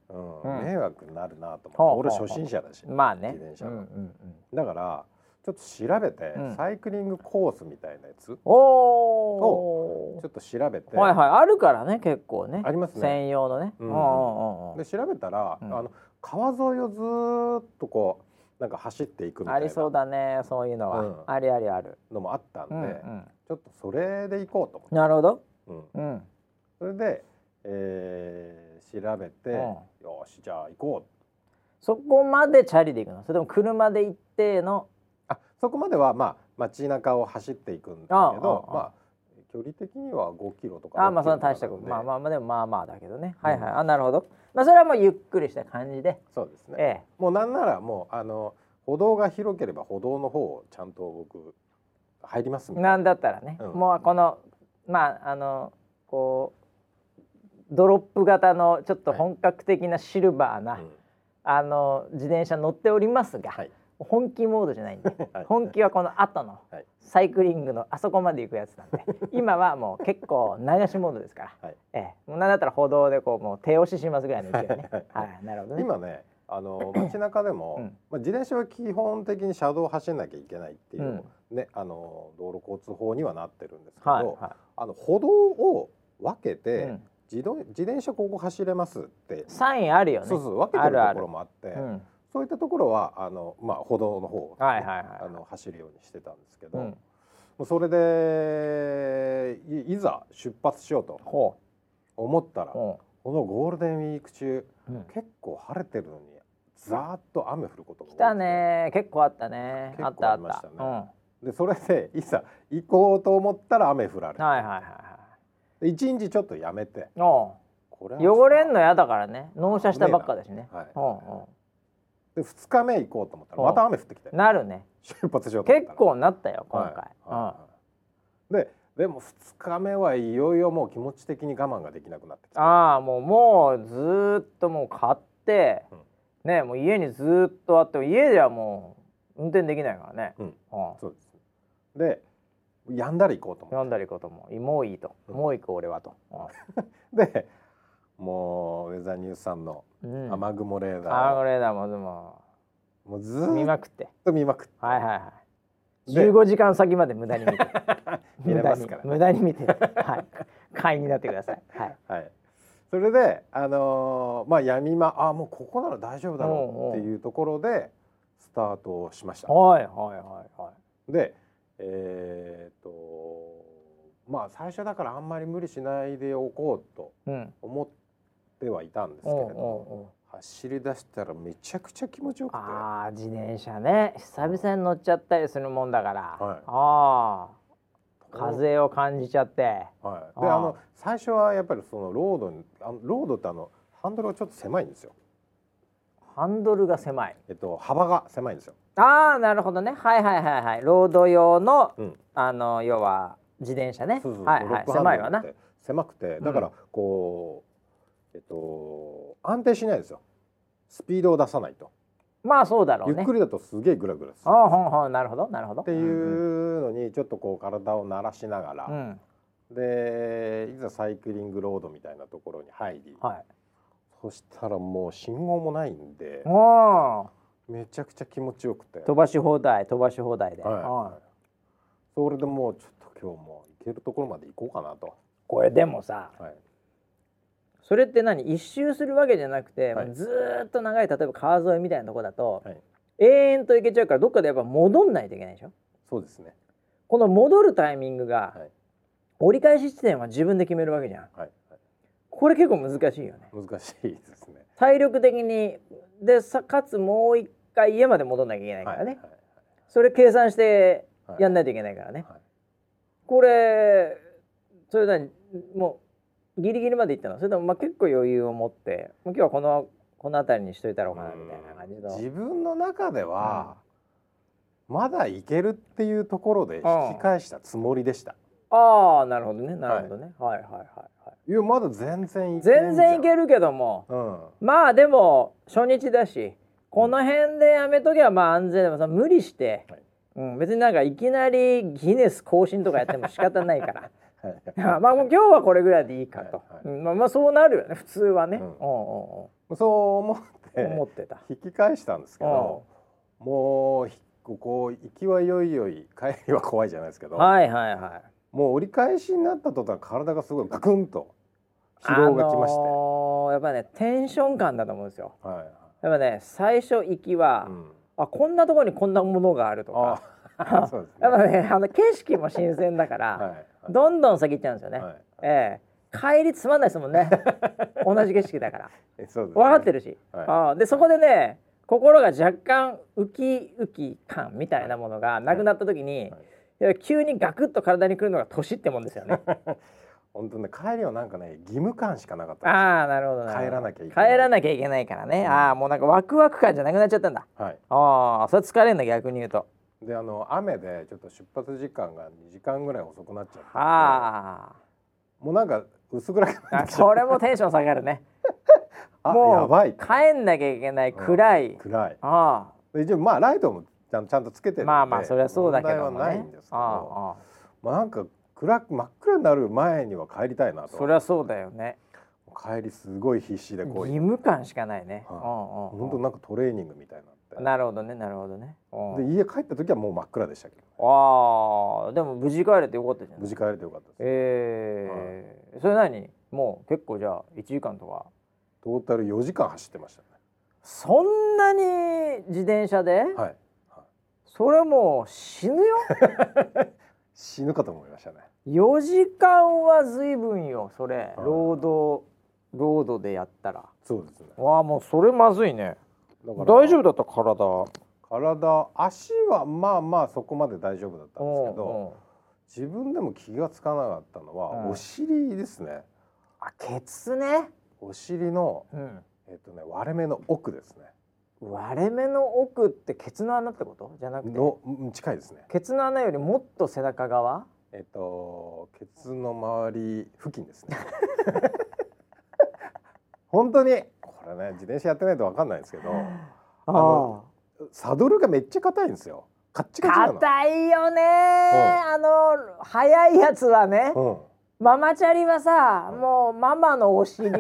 B: うん
A: うん
B: 迷惑になるなと
A: ほう
B: 思って、
A: ほう
B: 俺初心者だし、
A: まあね
B: 自転車
A: うん
B: は
A: うんうん、
B: だからちょっと調べて、
A: うん
B: サイクリングコースみたいなやつちょ
A: お
B: っと調べて、
A: おはいはいあるからね結構ね
B: ありますね
A: 専用のね
B: う
A: うんん
B: う
A: うんんうんう
B: で調べたら、
A: うん
B: あの川沿いをずーっとこうなんか走っていくみ
A: ん
B: た
A: あ
B: いな
A: りそうだねそういうのは、
B: うん
A: ありありある、
B: のもあったんで、
A: うんうん
B: ちょっとそれで行こうと思って
A: なるほど、
B: うん
A: うん、
B: それで、えー調べて、
A: うん
B: よしじゃあ行こう
A: そこまでチャリで行くのそれとも車で行っての
B: あそこまではまあ街中を走っていくんだけど
A: あああ
B: まあ距離的には5キロとか
A: あまあそ
B: 6
A: の
B: キロ
A: 大し
B: とか
A: たこ
B: なん
A: と
B: で
A: まあまあまあでもまあまあだけどね、はいはいうあなるほどまあそれはもうゆっくりした感じで、
B: そうですね、
A: ええ
B: もうなんならもうあの歩道が広ければ歩道の方をちゃんと僕入りますみたいな
A: なんだったらね、
B: うん
A: もうこのまああのこうドロップ型のちょっと本格的なシルバーな、
B: うん
A: あの自転車乗っておりますが、
B: はい
A: 本気モードじゃないんで
B: はい
A: 本気はこの後の
B: はい
A: サイクリングのあそこまで行くやつ なんで今はもう結構流しモードですから、
B: はい
A: ええ、もうなんだったら歩道でこうもう手押ししますぐらいの勢いねはいなるほどね
B: 今ね あの街中でも、
A: うん
B: まあ、自転車は基本的に車道を走んなきゃいけないっていう、
A: うん
B: ね、あの道路交通法にはなってるんですけど、
A: はいは
B: あの歩道を分け
A: い、
B: て、
A: うん
B: 自動自転車ここ走れますって、
A: サインあるよね
B: そうそう分けてる
A: あるあ
B: と
A: る
B: ころもあって
A: うん、
B: そういったところはあの、まあ、歩道の方をね、
A: はいはいはい
B: あの走るようにしてたんですけど、
A: う
B: も
A: ん、
B: うそれでいいざ出発しようと
A: ほ
B: 思ったら、
A: うほ
B: このゴールデンウィーク中
A: う、うん
B: 結構晴れてるのにざーっと雨降ること
A: 来
B: が多くて
A: たね結構あったねあ
B: 結
A: っ
B: 構
A: た
B: あ
A: あ
B: り
A: っ
B: ましたたね
A: うんは
B: でそれでいざ行こうと思ったら雨降られ
A: いはいはいは
B: で一日ちょっとやめて
A: いお
B: これは
A: う汚れんの嫌だからね納車したばっかだしね
B: はい
A: うんうん
B: で2日目行こうと思ったら
A: うん
B: また雨降ってきて
A: なるね
B: 出発しようと思っ
A: 結
B: たら
A: 構なったよ今
B: はい
A: 回、
B: はいはいででも2日目はいよいよもう気持ち的に我慢ができなくなってきた
A: ああもうもうずーっともう買って、ねもう家にずーっとあっても家ではもう運転できないからね、
B: うん
A: は
B: そうですでやんだら行こうと
A: あ、
B: 思
A: 飲んだりことももういいと、
B: うん
A: もう行く俺はと、
B: ってでもうウェザーニュースさんの
A: うんうん、
B: 雨雲レー
A: あー
B: ダ
A: これだもうでも
B: ーもうずー
A: 見
B: っ
A: まくって
B: と見まくって
A: はいはいはい
B: で
A: 15時間先まで無駄に見て
B: 見れますから
A: 無駄に無駄に見てはい会員になってください はい
B: はい、それで、あのーまあ、闇間あもうここなら大丈夫だろうっていうところでスタートをしました。
A: はいはいはいはい
B: でえーっとまあ最初だからあんまり無理しないでおこうと
A: うん
B: 思ってはいたんですけれ
A: おうおう
B: ど
A: おう
B: 走り出したらめちゃくちゃ気持ちよくて
A: ああ自転車ね久々に乗っちゃったりするもんだから、
B: はい
A: ああ風を感じちゃって
B: はい、で
A: あー
B: あの最初はやっぱりそのロードにあのロードってあのハンドルがちょっと狭いんですよ、
A: ハンドルが狭い
B: えっと、幅が狭いんですよ。
A: ああなるほどねはいはいはいはいロード用の、
B: うん
A: あの要は自転車ね
B: そうそう
A: はいはい
B: ロックハン
A: 狭
B: ドル
A: いわな
B: って狭くて
A: ん
B: だからこう、えっと安定しないですよスピードを出さないと、
A: まあそうだろう
B: ゆっ
A: ね
B: くりだとすげえグラグラす
A: あ
B: る
A: あほんほんなるほどなるほどっ
B: っていうのにちょっとこう体を慣らしなが
A: うん、う
B: ら、
A: ん
B: でいざサイクリングロードみたいなところに入り、
A: はい
B: そしたらもう信号もないんで
A: おお
B: めちゃくちゃ気持ちよくて、
A: 飛ばし放題飛ばし放題で、
B: は
A: うん
B: い、それでもうちょっと今日も行けるところまで行こうかなと。
A: これでもさ
B: はい
A: それって何一周するわけじゃなくて、
B: はい
A: もうずーっと長い例えば川沿いみたいなとこだと、
B: はい
A: 永遠と行けちゃうからどっかでやっぱ戻んないといけないでしょ
B: そうですね。
A: この戻るタイミングが、
B: はい
A: 折り返し地点は自分で決めるわけじゃん
B: はい、
A: これ結構難しいよね
B: はい、難しいですね。
A: 体力的にでさかつもう一回家まで戻んなきゃいけないからね、
B: はいはい
A: それ計算して
B: はい
A: やんないといけないからね、
B: はい
A: これそれ何もうギリギリまで行ったのそれともまあ結構余裕を持ってもう今日はこのこの辺りにしといたろうかなみたいな感じの
B: 自分の中では、まだいけるっていうところで引き返したつもりでした、
A: ああなるほどねなるほどね、はい、はいはいはい
B: いやまだ全然いけ
A: 全然いけ
B: る、
A: るけども
B: うん、
A: まあでも初日だしこの辺でやめとけばまあ安全でもさ無理して、
B: はい
A: うん、別になんかいきなりギネス更新とかやっても仕方ないから まあ
B: ま
A: もう今日はこれぐらいでいいかと、
B: はいはい
A: うんまあまあそうなるよね普通はね、
B: うん
A: おうお
B: あ、そう思っ
A: うおう思
B: て
A: ってた、
B: 引き返したんですけど、もうひここ行きはよいよい帰りは怖いじゃないですけど、
A: はいはいはい
B: もう折り返しになった途端体がすごいガクンと疲労がきまして、
A: あのーやっぱねテンション感だと思うんですよ
B: はいはい
A: やっぱね最初行きは、
B: うん、
A: あこんなところにこんなものがあるとか
B: あそうですね
A: やっぱねあの景色も新鮮だから、
B: はいはい
A: どんどん先行っちゃうんですよね、
B: はい
A: ええ帰りつまんないですもんね 同じ景色だから
B: えそうですね
A: 分かってるし、
B: はい
A: ああでそこでね心が若干ウキウキ感みたいなものがなくなった時に、
B: はい
A: いや急にガクッと体にくるのが年ってもんですよね
B: 本当ね帰りはなんかね義務感しかなかったんで
A: ああなるほどなるほど
B: 帰らなきゃいけない
A: 帰らなきゃいけないからね、
B: うん
A: ああもうなんかワクワク感じゃなくなっちゃったんだ
B: すはい
A: ああそれ疲れんだ逆に言うと
B: であの雨でちょっと出発時間が2時間ぐらい遅くなっちゃったんで
A: あ
B: もうなんか薄暗く
A: あ、
B: なっ
A: あ
B: てきちゃ
A: そうれもテンション下がるね
B: あ
A: もう
B: やばい
A: 帰んなきゃいけない暗い、
B: 暗い
A: ああ
B: で一応まあライトもちゃんちゃんとつけてるんで
A: まあまあそれはそうだけどもね
B: 問題はないんですけど
A: ああ
B: まあなんか暗く真っ暗になる前には帰りたいなと
A: それはそうだよね
B: 帰りすごい必死で
A: 義
B: こう
A: 務感しかないね、
B: は
A: う
B: い
A: んうんうん
B: 本当なんかトレーニングみたいになっ
A: なるほどねなるほどねうん
B: てで家帰った時はもう真っ暗でしたけど
A: ああでも無事帰れてよかったじゃ
B: 無
A: ん
B: 事帰れてよかったです
A: ええそれ何もう結構じゃあ1時間とか
B: トータル4時間走ってましたね
A: そんなに自転車で、
B: はい
A: それもう死ぬよ
B: 死ぬかと思いましたね
A: 4時間は随分よそれ
B: い
A: ロードロードでやったら
B: そうですね
A: わあもうそれまずいね
B: だから
A: 大丈夫だった体
B: 体足はまあまあそこまで大丈夫だったんですけど、
A: うんうん
B: 自分でも気がつかなかったのは、
A: うん
B: お尻ですね
A: あケツね、
B: お尻の
A: うん、
B: えっとね割れ目の奥ですね
A: 割れ目の奥ってケツの穴ってことじゃなくて
B: のうん近いですね
A: ケツの穴よりもっと背中側
B: えっとケツの周り付 近ですね本当にこれね自転車やってないとわかんないんですけど
A: あ
B: の
A: の
B: サドルがめっちゃ硬いんですよカッチカチなの
A: 硬いよね
B: ん
A: あの速いやつはね
B: うん、
A: ママチャリはさ
B: うん
A: もうママのお尻に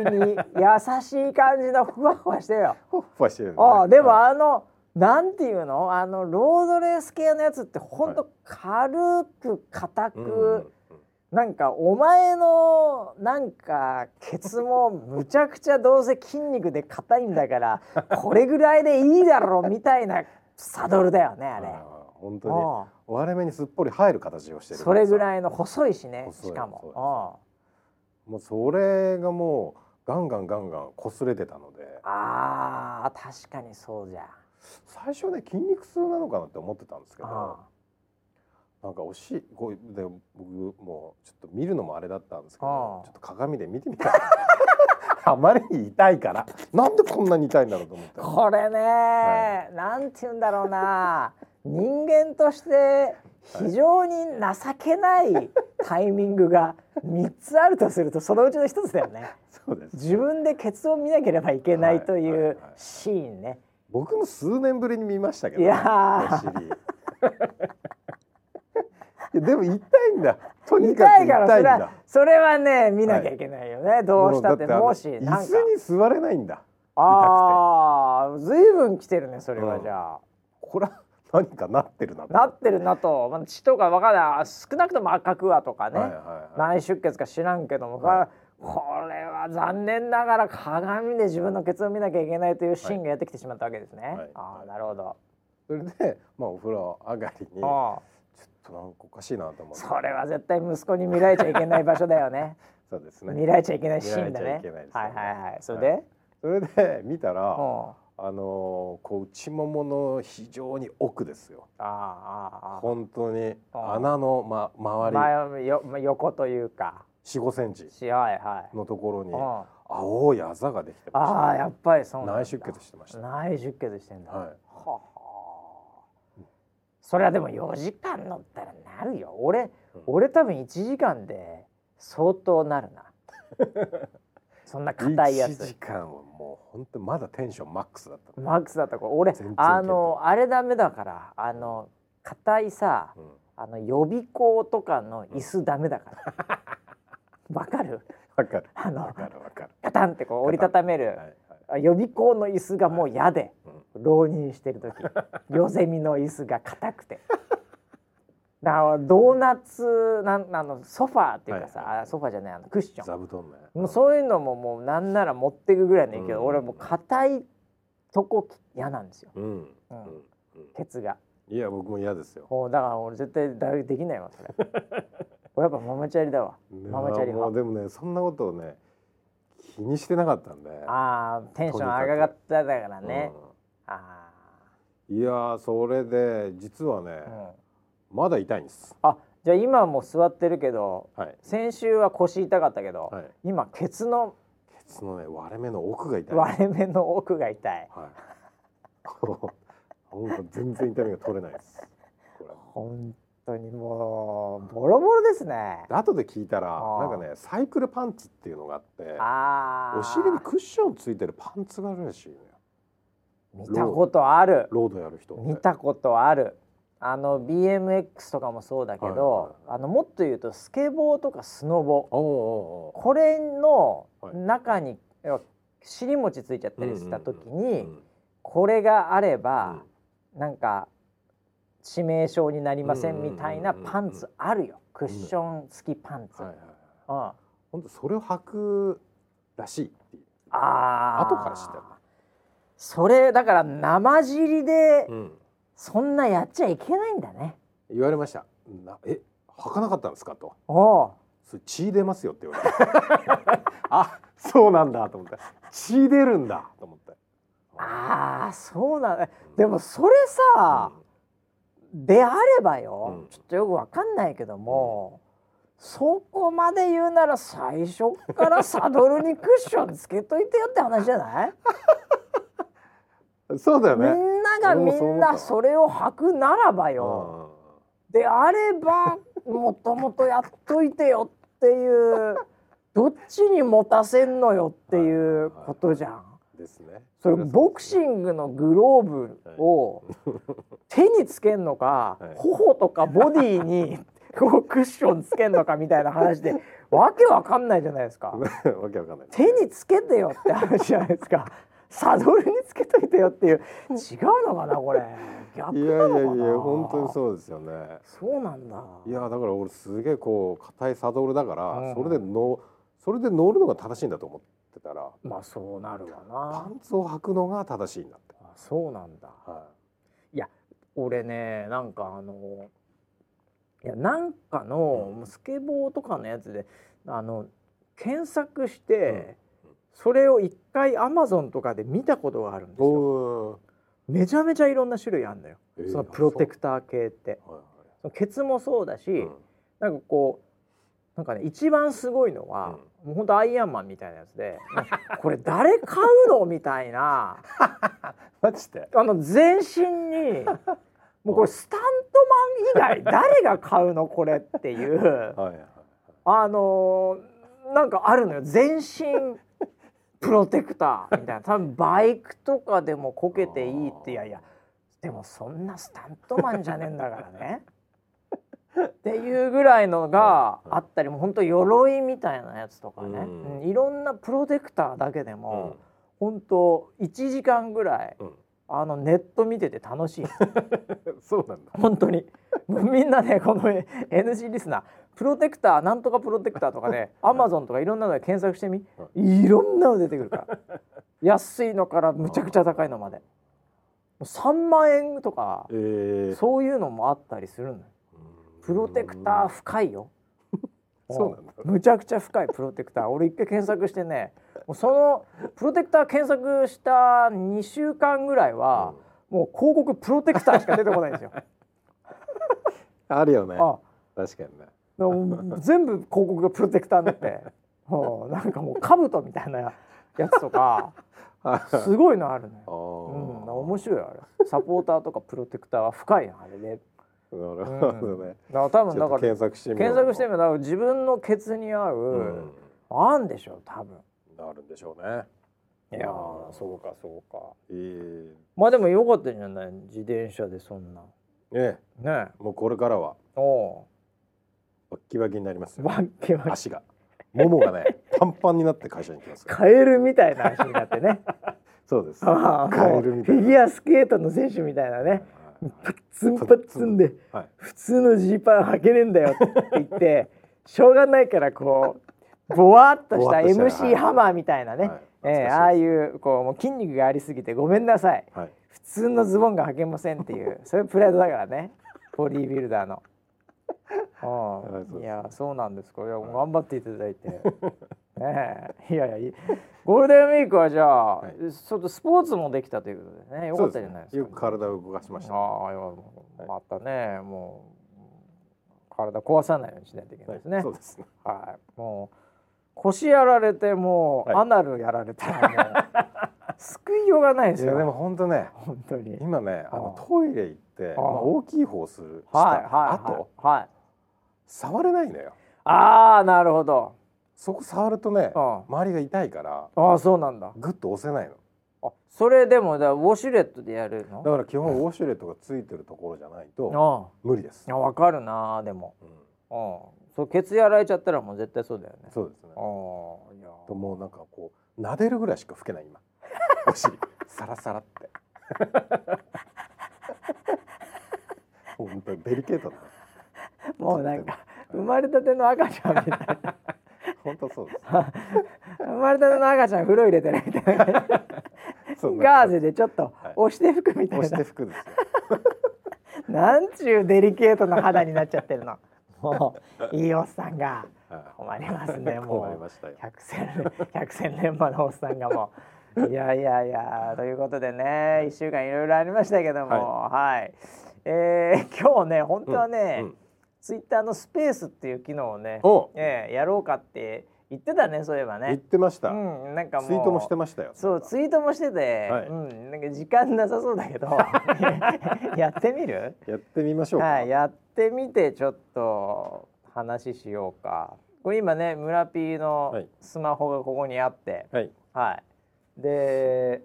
A: 優しい感じのふわふわしてるよ
B: ふわふわしてるよね
A: ああで
B: う
A: も
B: ん
A: あのなんていうのあのロードレース系のやつってほんと軽く硬
B: うんうんうん
A: くなんかお前のなんかケツもむちゃくちゃどうせ筋肉で硬いんだ からこれぐらいでいいだろみたいなサドルだよねあれ。
B: あー本当に
A: うん
B: 割れ目にすっぽり入る形をしてる
A: それぐ
B: い
A: らいの細いしね
B: 細い
A: しか
B: 細い
A: も。うん
B: もうそれがもうガンガンガンガン擦れてたので
A: ああ確かにそうじゃん。
B: 最初ね筋肉痛なのかなって思ってたんですけど
A: あ
B: なんかおしこうで僕もうちょっと見るのもあれだったんですけど
A: ああ
B: ちょっと鏡で見てみたら あまりに痛 いからなんでこんなに痛いんだろうと思って
A: あこれね、なんて言うんだろうな 人間として非常に情け ないタイミングが3つあるとするとそのうちの1つだよね。
B: そうです
A: 自分でケツを見なければいけないと
B: はいはい
A: い
B: はいう
A: シーンね。
B: 僕も数年ぶりに見ましたけど
A: い
B: ね、
A: や
B: お 尻いやでも痛いんだとにか
A: 痛
B: く
A: いから
B: 痛
A: そ
B: いん
A: れは
B: だ
A: それはね見なきゃいけないよね、どうしたって
B: もだあの
A: もしなん
B: 椅
A: か
B: 子に座れないんだ
A: ああ、ずいぶん来てるね、それは
B: うん
A: じゃあ。
B: これは何かなってるなと
A: なってるなと、まあ、血とかわかんない、少なくとも赤くはとかね、
B: はいはいはい
A: 内出血か知らんけども、
B: はい
A: これは残念ながら鏡で自分のケツを見なきゃいけないというシーンがやってきてしまったわけですね。
B: はい
A: あ
B: は
A: あ、
B: い
A: なるほど。
B: それでまあお風呂上がりにちょっ
A: ああ
B: となんかおかしいなと思って
A: それは絶対息子に見られちゃいけない場所だよね。
B: そうですね
A: 見られちゃいけないシーンだね。
B: 見られちゃいけないですね
A: はいはいはい。それで、
B: はそれで見た
A: う
B: ら、
A: んあ
B: あのーこう内ももの非常に奥ですよ。
A: ああああ
B: 本当に
A: あ
B: 穴のま
A: あ。
B: 周り
A: 前よ横というか、
B: 四五センチ
A: しはいはい。
B: のところに
A: うん
B: 青いあざができて
A: ああ
B: ま
A: やっぱりそう
B: し
A: な
B: た。
A: んだ
B: 内出血してました。
A: 内出血してんだ、
B: はい
A: はあそれはでも4時間乗ったらなるよ俺、
B: うん
A: 俺多分1時間で相当な るなそんな硬いや
B: 1
A: つ
B: 時間はもう本当まだテンションマックスだった。
A: マックスだったら俺
B: 全然いける
A: あのあれダメだからあの硬いさ
B: うん
A: あの予備校とかの椅子ダメだから、 わかる
B: わかる。
A: あ
B: わ
A: の
B: かるわかる。
A: ガタンってこう折りたためる、
B: はいはい。
A: あ予備校の椅子がもう嫌で、
B: うん
A: 浪人して る時ヨゼミの椅子が硬くてだからドーナツなんあのソファーっていうかさ、
B: はいはいはい
A: あソファーじゃないあのクッショ
B: 座
A: ン
B: 布団ね。
A: もうそういうのももうなんなら持ってくぐらいの勢いで、
B: うん
A: 俺もう硬いとこ嫌なんですよ
B: うん。うん。う
A: うん
B: ん。
A: ケツが
B: いや僕も嫌ですよ。
A: もうだから俺絶対大学できないわ それ俺やっぱママチャリだわママチャリ
B: もう
A: 派
B: でもねそんなことをね気にしてなかったんで。
A: あーテンション上がっただからね、
B: うん
A: あ
B: いやーそれで実はね、
A: あー、うん、
B: まだ痛いんです。
A: あじゃあ今もう座ってるけど
B: はい。
A: 先週は腰痛かったけど、
B: はい。
A: 今ケツの
B: ケツのね割れ目の奥が痛い。はい。
A: 割れ目の奥が痛い
B: こうなんか全然痛みが取れないです。これ。
A: 本当にもうボロボロですね
B: で後で聞いたら
A: あ
B: な
A: ー
B: んかねサイクルパンツっていうのがあって、
A: ああ
B: お尻にクッションついてるパンツがあるらしいのよ。
A: 見たことある
B: ロードやる人って。
A: 見たことあるあの BMX とかもそうだけど、
B: はいは
A: あのもっと言うとスケボーとかスノボ
B: おうおうおう。
A: これの
B: はい
A: 中に、要は尻餅ついちゃったりした時に、
B: うん
A: これがあれば、なんか致命傷になりませんみたいなパンツあるよクッション付きパンツ、
B: はいはいは
A: う
B: い。
A: ん、あ
B: 本当それを履くらしいっていう。
A: あー
B: 後から知ったよ
A: それだから生尻で
B: うん。
A: そんなやっちゃいけないんだね、
B: 言われました。なえ履かなかったんですかと。
A: おう
B: それ血出ますよって言われて あそうなんだと思って血出るんだと思って
A: ああそうなんだでもそれさ、であればよ、
B: うん
A: ちょっとよくわかんないけども、そこまで言うなら最初からサドルにクッションつけといてよって話じゃ ない
B: うんそうだよ
A: み
B: ね
A: んなが
B: 俺も
A: み
B: そう思
A: ん
B: った
A: なそれを履くならばよ、
B: うん
A: であればもともとやっといてよっていうどっちに持たせんのよっていうことじゃん。
B: ですね。
A: それボクシ
B: グ。
A: ングのグローブを手につけんのか、
B: はい
A: 頬とかボディにこうクッションつけんのかみたいな話でわけわかんないじゃないですか。
B: わけわかんない。
A: 手につけてよって話じゃないですか。サドルにつけといてよっていう違うのかなこれ逆
B: いやいや
A: な
B: い
A: のかな
B: や本当にそうですよね。
A: そうなんだ
B: いやだから俺すげえこう硬いサドルだから、
A: うん
B: それでのそれで乗るのが正しいんだと思ってたら
A: まあそうなるわ
B: パ
A: な
B: ンツを履くのが正しいんだって。
A: あそうなんだ
B: は
A: 俺ねなんかあのいやなんかのスケボーとかのやつであの検索して、それを一回アマゾンとかで見たことがあるんです
B: い。
A: よ
B: おお。
A: めちゃめちゃいろんな種類あるのよ、そのプロテクター系って
B: ト。はい
A: そのケツもそうだし、
B: はいうん
A: なんかこうなんかね一番すごいのは、もうほんとアイアンマンみたいなやつでこれ誰買うのみたいな
B: マジで。
A: あの全身 にもうこれスタントマン以外誰が買うのこれって いう
B: はいはい。
A: あのーなんかあるのよ全身プロテクターみ たいな多分バイクとかでもこけていいっていやいやでもそんなスタントマンじゃねえんだから ね。っていうぐらいのがあったりもう本当鎧みたいなやつとかね、
B: うん
A: うんいろんなプロテクターだけで
B: う
A: も、本当1時間ぐらい
B: ん。
A: あのネット見てて楽しい
B: うん。そうなんだ。
A: 本当に もうみんなねこの NG リスナープロテクターなんとかプロテクターとかねアマゾンとかいろんなので検索してみいろんなの出てくるから安いのからむちゃくちゃ高いのまでもう3万円とか
B: ええ。
A: そういうのもあったりするのよプロテクター深いよ
B: そうなんだ
A: むちゃくちゃ深いプロテクター俺一回検索してねもうそのプロテクター検索した2週間ぐらいは、もう広告プロテクターしか出てこないんです よ。
B: うん。あるよね。
A: あ
B: 確かに ね。
A: でも全部広告がプロテクターになって、 うんなんかもう兜みたいなやつと か
B: あ
A: すごいのあるね。
B: あ。
A: う
B: うん
A: ん、面白いよあれサポーターとかプロテクターは深いなあれね。
B: な
A: うん、
B: る
A: だか
B: ほどね。
A: ら多
B: ちょっ
A: 分
B: と
A: だから
B: 検索してみよう
A: 検索してみると自分のケツに合う、
B: うん。
A: あんでしょ多分。
B: あるんでしょうね。
A: いやーそうかそうか。
B: えー
A: まあでも良かったんじゃない自転車でそんな。
B: ええ、
A: ね
B: もうこれからは
A: おお
B: バッキバキになります
A: う。
B: よ。
A: バッキバキ
B: 足が、ももがね、パンパンになって会社に行きま すから。
A: カエルみたいな足になってね。
B: そうです。
A: ああ
B: カ
A: も
B: エ
A: うフ
B: ルみたい
A: ィギ
B: な。
A: ュアスケートの選手みたいなねパッツンパッツンで
B: はい。
A: 普通のジーパン履けねえんだよって言ってしょうがないからこうボワっとした
B: ボワっとしたはい
A: MC ハマーみたいなね、
B: はい
A: ええ
B: 懐かしいです
A: ああいうこうもう筋肉がありすぎてごめんなさい
B: はい。
A: 普通のズボンが履けませんっていう それプライドだからねボディービルダーの。
B: はいそうです
A: うん、いやそうなんですこれは頑張っていただいて、ねえいやいやいいゴールデンウィークはじゃあ、
B: はい
A: ちょっとスポーツもできたということでねよかったじゃないですか、
B: よく体を動かしました。
A: ああいやもうまたねもう体壊さないようにしないといけないですね、
B: は
A: はいい
B: そうですね。
A: もう腰やられてもう、
B: はい
A: アナルやられたらも う救いようがないで
B: い
A: す
B: や
A: よ
B: でも本当ね、
A: 本当に。
B: 今ね、あの
A: ああ
B: トイレ行って、
A: ああ
B: まあ大きい方するし
A: はい
B: た
A: はい
B: 後、
A: はい、はい、
B: 触れないのよ。
A: ああなるほど
B: そこ触るとね、
A: あ
B: 周りが痛いから、
A: ああそうなんだ
B: グッと押せないの。
A: あそれでもだウォシュレットでやる
B: だ
A: の
B: から基本ウォシュレットがついてるところじゃないと
A: あ
B: 無理です
A: あ。分かるなでも
B: うん
A: うんそうケツやられちゃったらもう絶対そうだよね
B: そうですね
A: あ。あいや
B: ともうなんかこう撫でるぐらいしか拭けな い今お尻サラサラって 本当にデリケートだね
A: もうなんか生まれたての赤ちゃんみたい な
B: 本当そうです
A: 生まれたての赤ちゃん風呂入れてるみたいな
B: そう
A: ガーゼでちょっと
B: はい
A: 押して拭くみたい
B: 押して
A: な
B: 拭くんですよ
A: なんちゅうデリケートな肌になっちゃって るのもういいおっさんが
B: は
A: 困りますね
B: い
A: もう
B: 困りましたよ
A: 百戦 百戦錬磨のおっさんがもういやいやいやということでね一週間いろいろありましたけどもはい、えー今日ね本当はね、
B: うんうん
A: ツイッターのスペースっていう機能をね
B: おう
A: ええやろうかって言ってたねそういえば
B: 言っ
A: ね
B: てました、
A: うんなんかもう
B: ツイートもしてましたよ
A: そうツイートもしてて、
B: はい
A: うんなんか時間なさそうだけ どやってみる
B: やってみましょうか、
A: はい、やってみてちょっと話しようかこれ今ね村 P
B: は
A: の
B: い
A: スマホがここにあって
B: はい
A: はい、で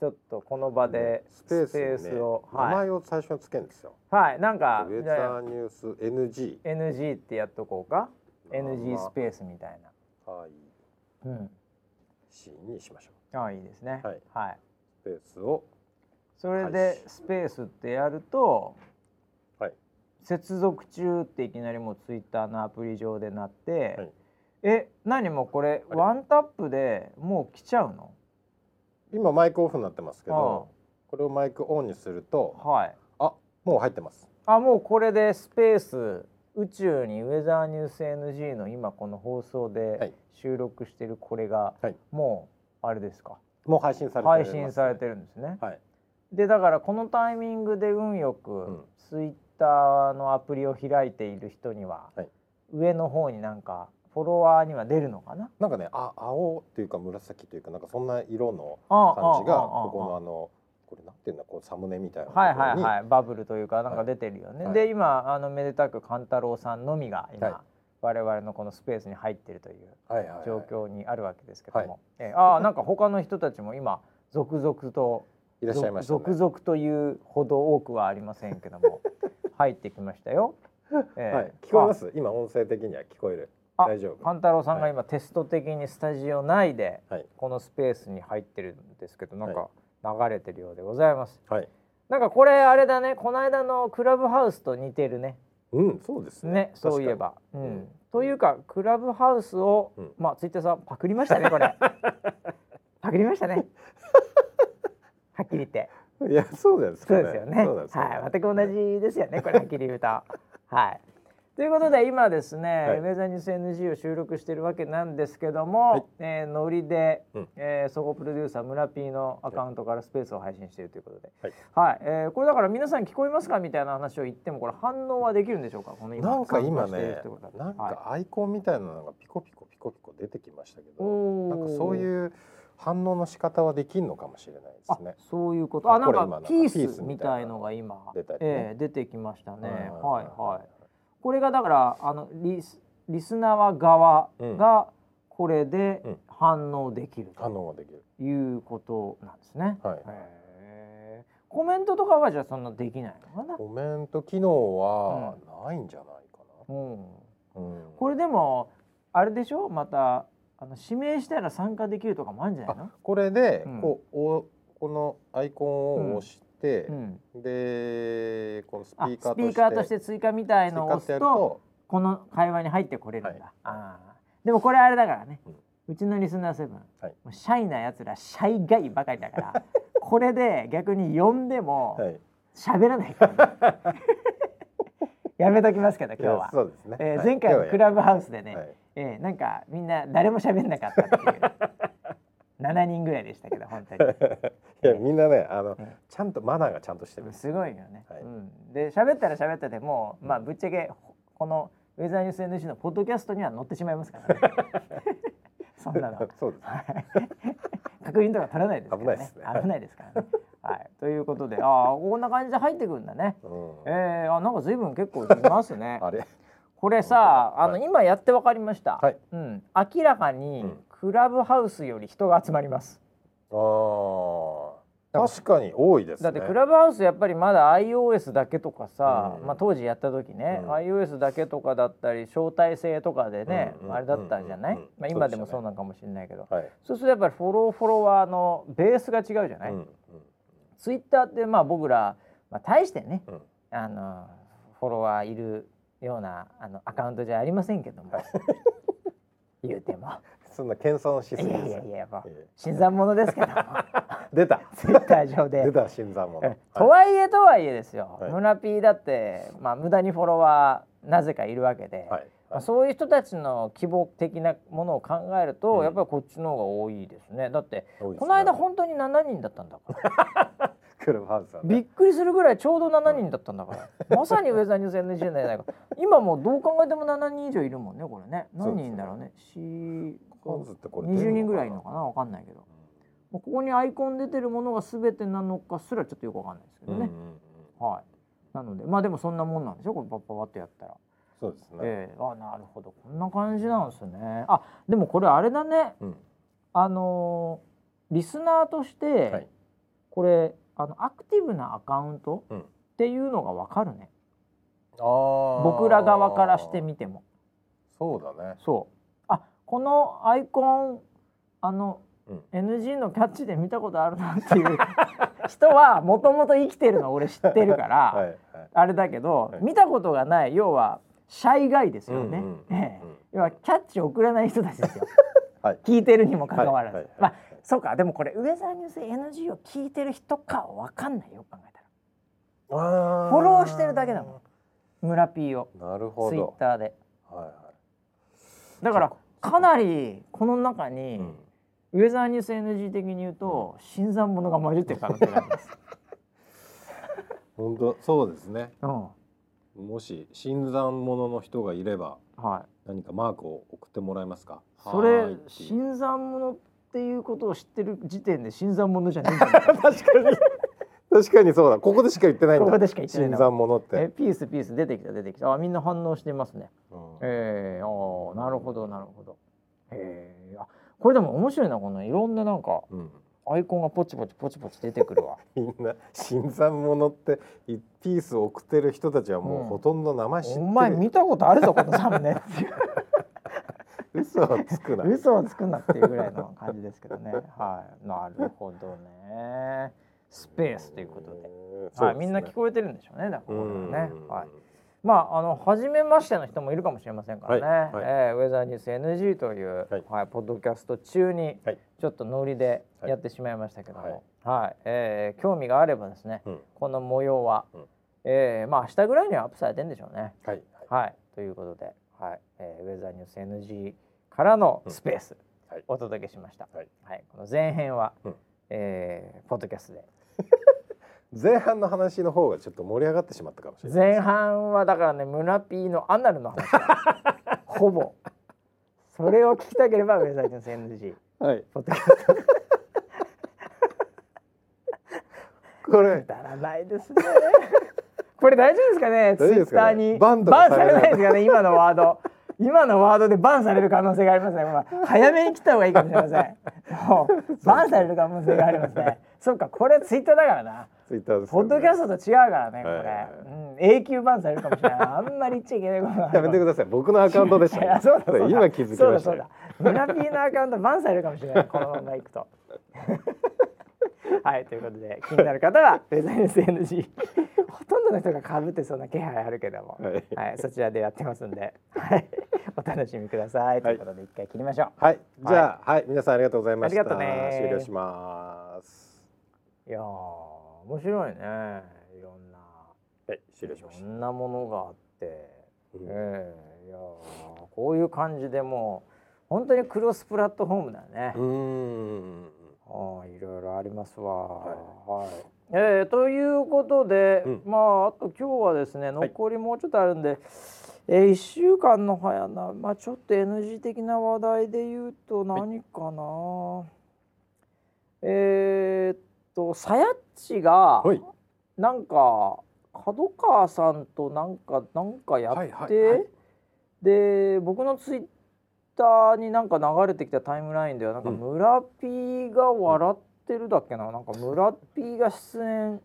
A: ちょっとこの場で
B: スペー
A: ス
B: スに
A: ペ
B: ね
A: ースを
B: 名
A: はい、
B: 前を最初につけるんですよ
A: はい、なん
B: ウ
A: か
B: ェ
A: じ
B: ザ
A: ゃ
B: ー
A: あ
B: ニュース NG
A: NG ってやっとこうか NG スペースみたい
B: はい
A: な、うん、
B: C にしましょう
A: ああいいですね
B: はい、
A: はい、
B: スペースを
A: それ
B: は
A: で
B: い
A: スペースってやると、
B: はい
A: 接続中っていきなりもうツイッターのアプリ上でなって、
B: はい
A: え何もうこれ
B: あれ
A: ワンタップでもう来ちゃうの
B: 今マイクオフになってますけど
A: あ
B: これをマイクオンにすると
A: はい
B: あもう入ってます
A: あもうこれでスペース宇宙にウェザーニュース NG の今この放送
B: は
A: で
B: い
A: 収録してるこれが、
B: はい
A: もうあれですか
B: もう配信されて
A: 配
B: ます
A: 信されてるんですね、
B: はい
A: でだからこのタイミングで運よ
B: ん
A: くツイッターのアプリを開いている人には、
B: はい
A: 上の方になんかフォロワーには出るのかな
B: なんかねあ青っていうか紫というかなんかそんな色の
A: あ
B: 感じが
A: ああああ
B: ここのあのこれなんていうんだこうサムネみたいなところ
A: は
B: に
A: いはいはいバブルというかなんか出てるよね、
B: はい
A: で今あのめでたく勘太郎さんのみが今、
B: はい
A: 我々のこのスペースに入ってるという
B: はいはいはい
A: 状況にあるわけですけども、えーああなんか他の人たちも今続々と
B: いらっしゃいましたね
A: 続々というほど多くはありませんけど も入ってきましたよ、えー
B: はい聞こえます今音声的には聞こえる
A: あ
B: 大丈夫
A: 勘太郎さんが今、テスト的にスタジオ内で
B: はい
A: このスペースに入ってるんですけどなんか流れてるようでございます、
B: はい
A: なんかこれあれだねこの間のクラブハウスと似てるね
B: うんそうですね
A: ねそういえば、うんというかクラブハウスを、
B: うん
A: まあツイッターさんパクりましたね これパクりましたねはっきり言って
B: 確かにいやそうです
A: そ
B: か
A: うですよね。
B: そうなんですよね
A: はい、全く同じですよね。これはっきり言うと。 はい。ということで今ですね、
B: い
A: ウェザーニュース NG を収録しているわけなんですけども、
B: はい
A: えーノリで、
B: うん
A: えー、総合プロデューサー村 P のアカウントからスペースを配信しているということで、
B: はい
A: はい、えーこれだから皆さん聞こえますかみたいな話を言ってもこれ反応はできるんでしょうかこの今
B: なんか今
A: 参加している
B: ね
A: 人々
B: なん
A: はい
B: かアイコンみたいなのがピコピコピコピコ出てきましたけど
A: お
B: なんかそう
A: う
B: いう反応の仕方はできるのかもしれないですね
A: そういうことあなん
B: これ今
A: か
B: なんか
A: ピー
B: ピー
A: ス
B: ス
A: み
B: み
A: た
B: た
A: い
B: いな
A: のが今
B: 出たりね
A: ええ出てきましたね、
B: はい
A: はいはい
B: い
A: これがだからあのリスリスナー側がこれで
B: うん
A: 反応できる
B: 反応ができる
A: ということなんですね。
B: はい
A: へえコメントとかはじゃあそんなできないのかな。
B: コメント機能はないんじゃないか
A: うん、
B: な、うん
A: これでもあれでしょまたあの指名したら参加できるとかもあるんじゃないの
B: あ、これで
A: うん
B: こう、おこのアイコンを押して、
A: うん、
B: でこのスピ
A: あ
B: ー
A: ス
B: カーとして
A: ピーカーとして追加みたいのを押
B: スピーカーって
A: すと
B: やると
A: この会話に入ってこれるんだ、
B: はい
A: あーでもこれあれだからね、
B: うん
A: うちのリスナーセブン、
B: はい
A: もうシャイなやつらシャイガイばかりだから これで逆に呼んでも
B: はい、
A: 喋らないからね、 やめときますけど今日
B: いや
A: は、
B: そうですね、
A: えー
B: はい
A: 前回
B: 今
A: の
B: 日は
A: クラブハウスでね、
B: はい
A: えーなんかみんな誰も喋んなかったっていう 7人ぐらいでしたけど本当に。
B: いやみんなねあの、
A: うん
B: ちゃんとマナーがちゃんとしてる、
A: すごいよね。
B: はい
A: うん、で喋ったら喋ったでもう、まあぶっちゃけほこのウェザーニュース NG のポッドキャストには載ってしまいます から、ね。そんなのは。
B: そうですね
A: はい確認とか取らないですからね。
B: 危ないですね
A: 危ないですから ね。はい。ということで、ああこんな感じで入ってくるんだね。え
B: う
A: ー、あなんか随分結構いますね
B: ん、。あれ
A: これさ、あ
B: 本当だ
A: の、
B: はい
A: 今やってわかりました。
B: はい
A: うん。明らかに
B: うん
A: クラブハウスより人が集まります。
B: あー確かに多いです
A: だ
B: ね
A: ってクラブハウスやっぱりまだ iOS だけとかさ、
B: うん
A: まあ、当時やった時ね、
B: うん
A: iOS だけとかだったり招待制とかでね、
B: うんうん
A: あれだったじゃない、
B: うんうんうん
A: まあ、今でもそうなのかもしれないけど
B: はい、
A: そうするとやっぱりフォローフォロワーのベースが違うじゃない、
B: うん
A: ツイッターってまあ僕ら、まあ、大してね
B: うんうん
A: あのフォロワーいるようなあのアカウントじゃありませんけ ども言うても
B: そんな謙遜しす
A: い
B: ぎで
A: や
B: す
A: いやいやもう
B: え
A: 新参者です けども
B: え出た
A: ツイッター上で
B: 出た新参者
A: えとはいえとはいえですよ、
B: はい
A: 村 P だって、まあ、無駄にフォロワーなぜかいるわけで、
B: はい
A: まあ、そういう人たちの希望的なものを考えると、
B: うん
A: やっぱりこっちの方が多いですねだって
B: 多いです ね
A: この間本当に7人だったんだから
B: クラブハウスは、
A: び
B: ね
A: っ、くりするぐらいちょうど7人だったんだからまさにウェザーニュース NG じゃないか今もうどう考えても7人以上いるもんねこれね何人いんだろうね
B: ハウスってこれ出る
A: 20
B: の
A: 人ぐらいいるのかなわかんないけどもうここにアイコン出てるものが全てなのかすらちょっとよくわかんないですけど
B: うんうんう
A: ね、
B: ん
A: はいなのでまあでもそんなもんなんでしょこれパッパパってやったら、
B: そうですね、
A: ええあなるほどこんな感じなんですねあでもこれあれだね
B: うん
A: あのーリスナーとして、
B: はい
A: これあのアクティブなアカウント
B: うん
A: っていうのがわかるね、
B: あー
A: 僕ら側からしてみても
B: そうだね
A: そうあこのアイコンあの、
B: うん
A: NG のキャッチで見たことあるなっていう人はもともと生きてるの俺知ってるから、
B: はいはい
A: あれだけど、
B: はい
A: 見たことがない要はシャイガイですよね、
B: うんうん
A: ええ
B: うん
A: 要はキャッチ送らない人たちですよ
B: はい
A: 聞いてるにもかかわらず、
B: はいはい
A: まあそうかでもこれウェザーニュース NG を聞いてる人かわかんないよく考えたら
B: あー
A: フォローしてるだけだも村 P を
B: なるほ
A: ツイッ
B: ど
A: ターで
B: はいはい
A: だからかなりこの中に、
B: うん
A: ウェザーニュース NG 的に言うと新参者が混じってる可能性があります、
B: 本当そうですね
A: うん
B: もし新参者の人がいれば
A: はい、
B: 何かマークを送ってもらえますか
A: そ
B: はーい
A: れ
B: っていう
A: 新参者っていうことを知ってる時点で新参者じゃない んじゃないかな確かに
B: 確かにそうだここでしか言ってないんだ
A: ここでしか言ってないな
B: 新参者っ
A: え
B: て、
A: ピースピース出てきた出てきたあみんな反応してますね
B: うん
A: えー、あーなるほどなるほどえー、あこれでも面白いなこのいろんななんか
B: うん
A: アイコンがポチポチポチポチ出てくるわ
B: みんな新参者って一ピース送ってる人たちはもうほとんど名前 知って
A: お
B: る、
A: 前見たことあるぞこのサ ムネっていう
B: 嘘はつくな
A: 嘘をつくなっていうぐらいの感じですけど ね。はい、なるほどね。スペースということで。はい、みんな聞こえてるんでしょうね。だからこれはね。はい。まああの初めましての人もいるかもしれませんからね。
B: はいはい
A: えーウェザーニュース NG という、は
B: はいい、
A: ポッドキャスト中に
B: はい
A: ちょっとノリで
B: はい
A: やってしまいましたけども、は
B: はいい、
A: えー興味があればですね、
B: うん
A: この模様は、
B: うん
A: えーまあ明日ぐらいにはアップされてんでしょうね。
B: はい、はい
A: はい、ということで、はいえーウェザーニュース NG からのスペース、
B: うんはい
A: お届けしました、
B: はい
A: この前編は、
B: うん
A: えーポッドキャストで
B: 前半の話の方がちょっと盛り上がってしまったかもしれない
A: 前半はだからね村 P のアナルの話 ほぼそれを聞きたければウェザーニュース NG
B: はい
A: ポッドキャスト
B: これ
A: だらない ですねこれ大丈夫ですかねツ
B: 大丈夫
A: イ
B: で
A: ッ
B: す
A: タ
B: か
A: ー
B: ね
A: に
B: バンと
A: バン
B: か
A: さ
B: さ
A: れ
B: れ
A: な
B: ないい
A: ですかね今のワード今のワードでバンされる可能性がありますね、まあ、早めに来た方がいいかもしれませんもうバンされる可能性がありますねそっかこれツイッターだからな
B: ツイッターです
A: ポ
B: よ
A: ッ
B: ね、
A: ドキャストと違うからねこれ、
B: はいはい
A: うん、永久バンされるかもしれないあんまり言っちゃいけないことがある
B: やめてください僕のアカウントでした
A: いやそうだそうだ
B: 今気づきました
A: そうだ
B: よ
A: そうだ村 P のアカウントバンされるかもしれない このままいくと はいということで気になる方 は「デザイン SNG」ほとんどの人がかぶってそうな気配あるけども、
B: はい
A: そちらでやってますんで、はい、お楽しみくださいということで一回切りましょう、
B: はいじゃあはい、皆さんありがとうございました
A: ありがとね
B: 終了します
A: い、やー面白いねいろんな
B: はい終了
A: い
B: しまし
A: ろんなものがあって。
B: た、うん
A: ええいやーこういう感じでもう本当にクロスプラットフォームだね。
B: うーん
A: ああいろいろありますわ。
B: は
A: はい。えーということで、
B: うん
A: まああと今日はですね残りもうちょっとあるんで、えー、1週間の早なまあちょっと NG 的な話題で言うと何かな、えー、っとさやっちが
B: はい
A: なんか角川さんとなんかなんかやって、
B: はいはいはい
A: で僕のツイッターになんか流れてきたタイムラインではなんか
B: うん
A: 村 P が笑ってるだっけななんか村 P が出 演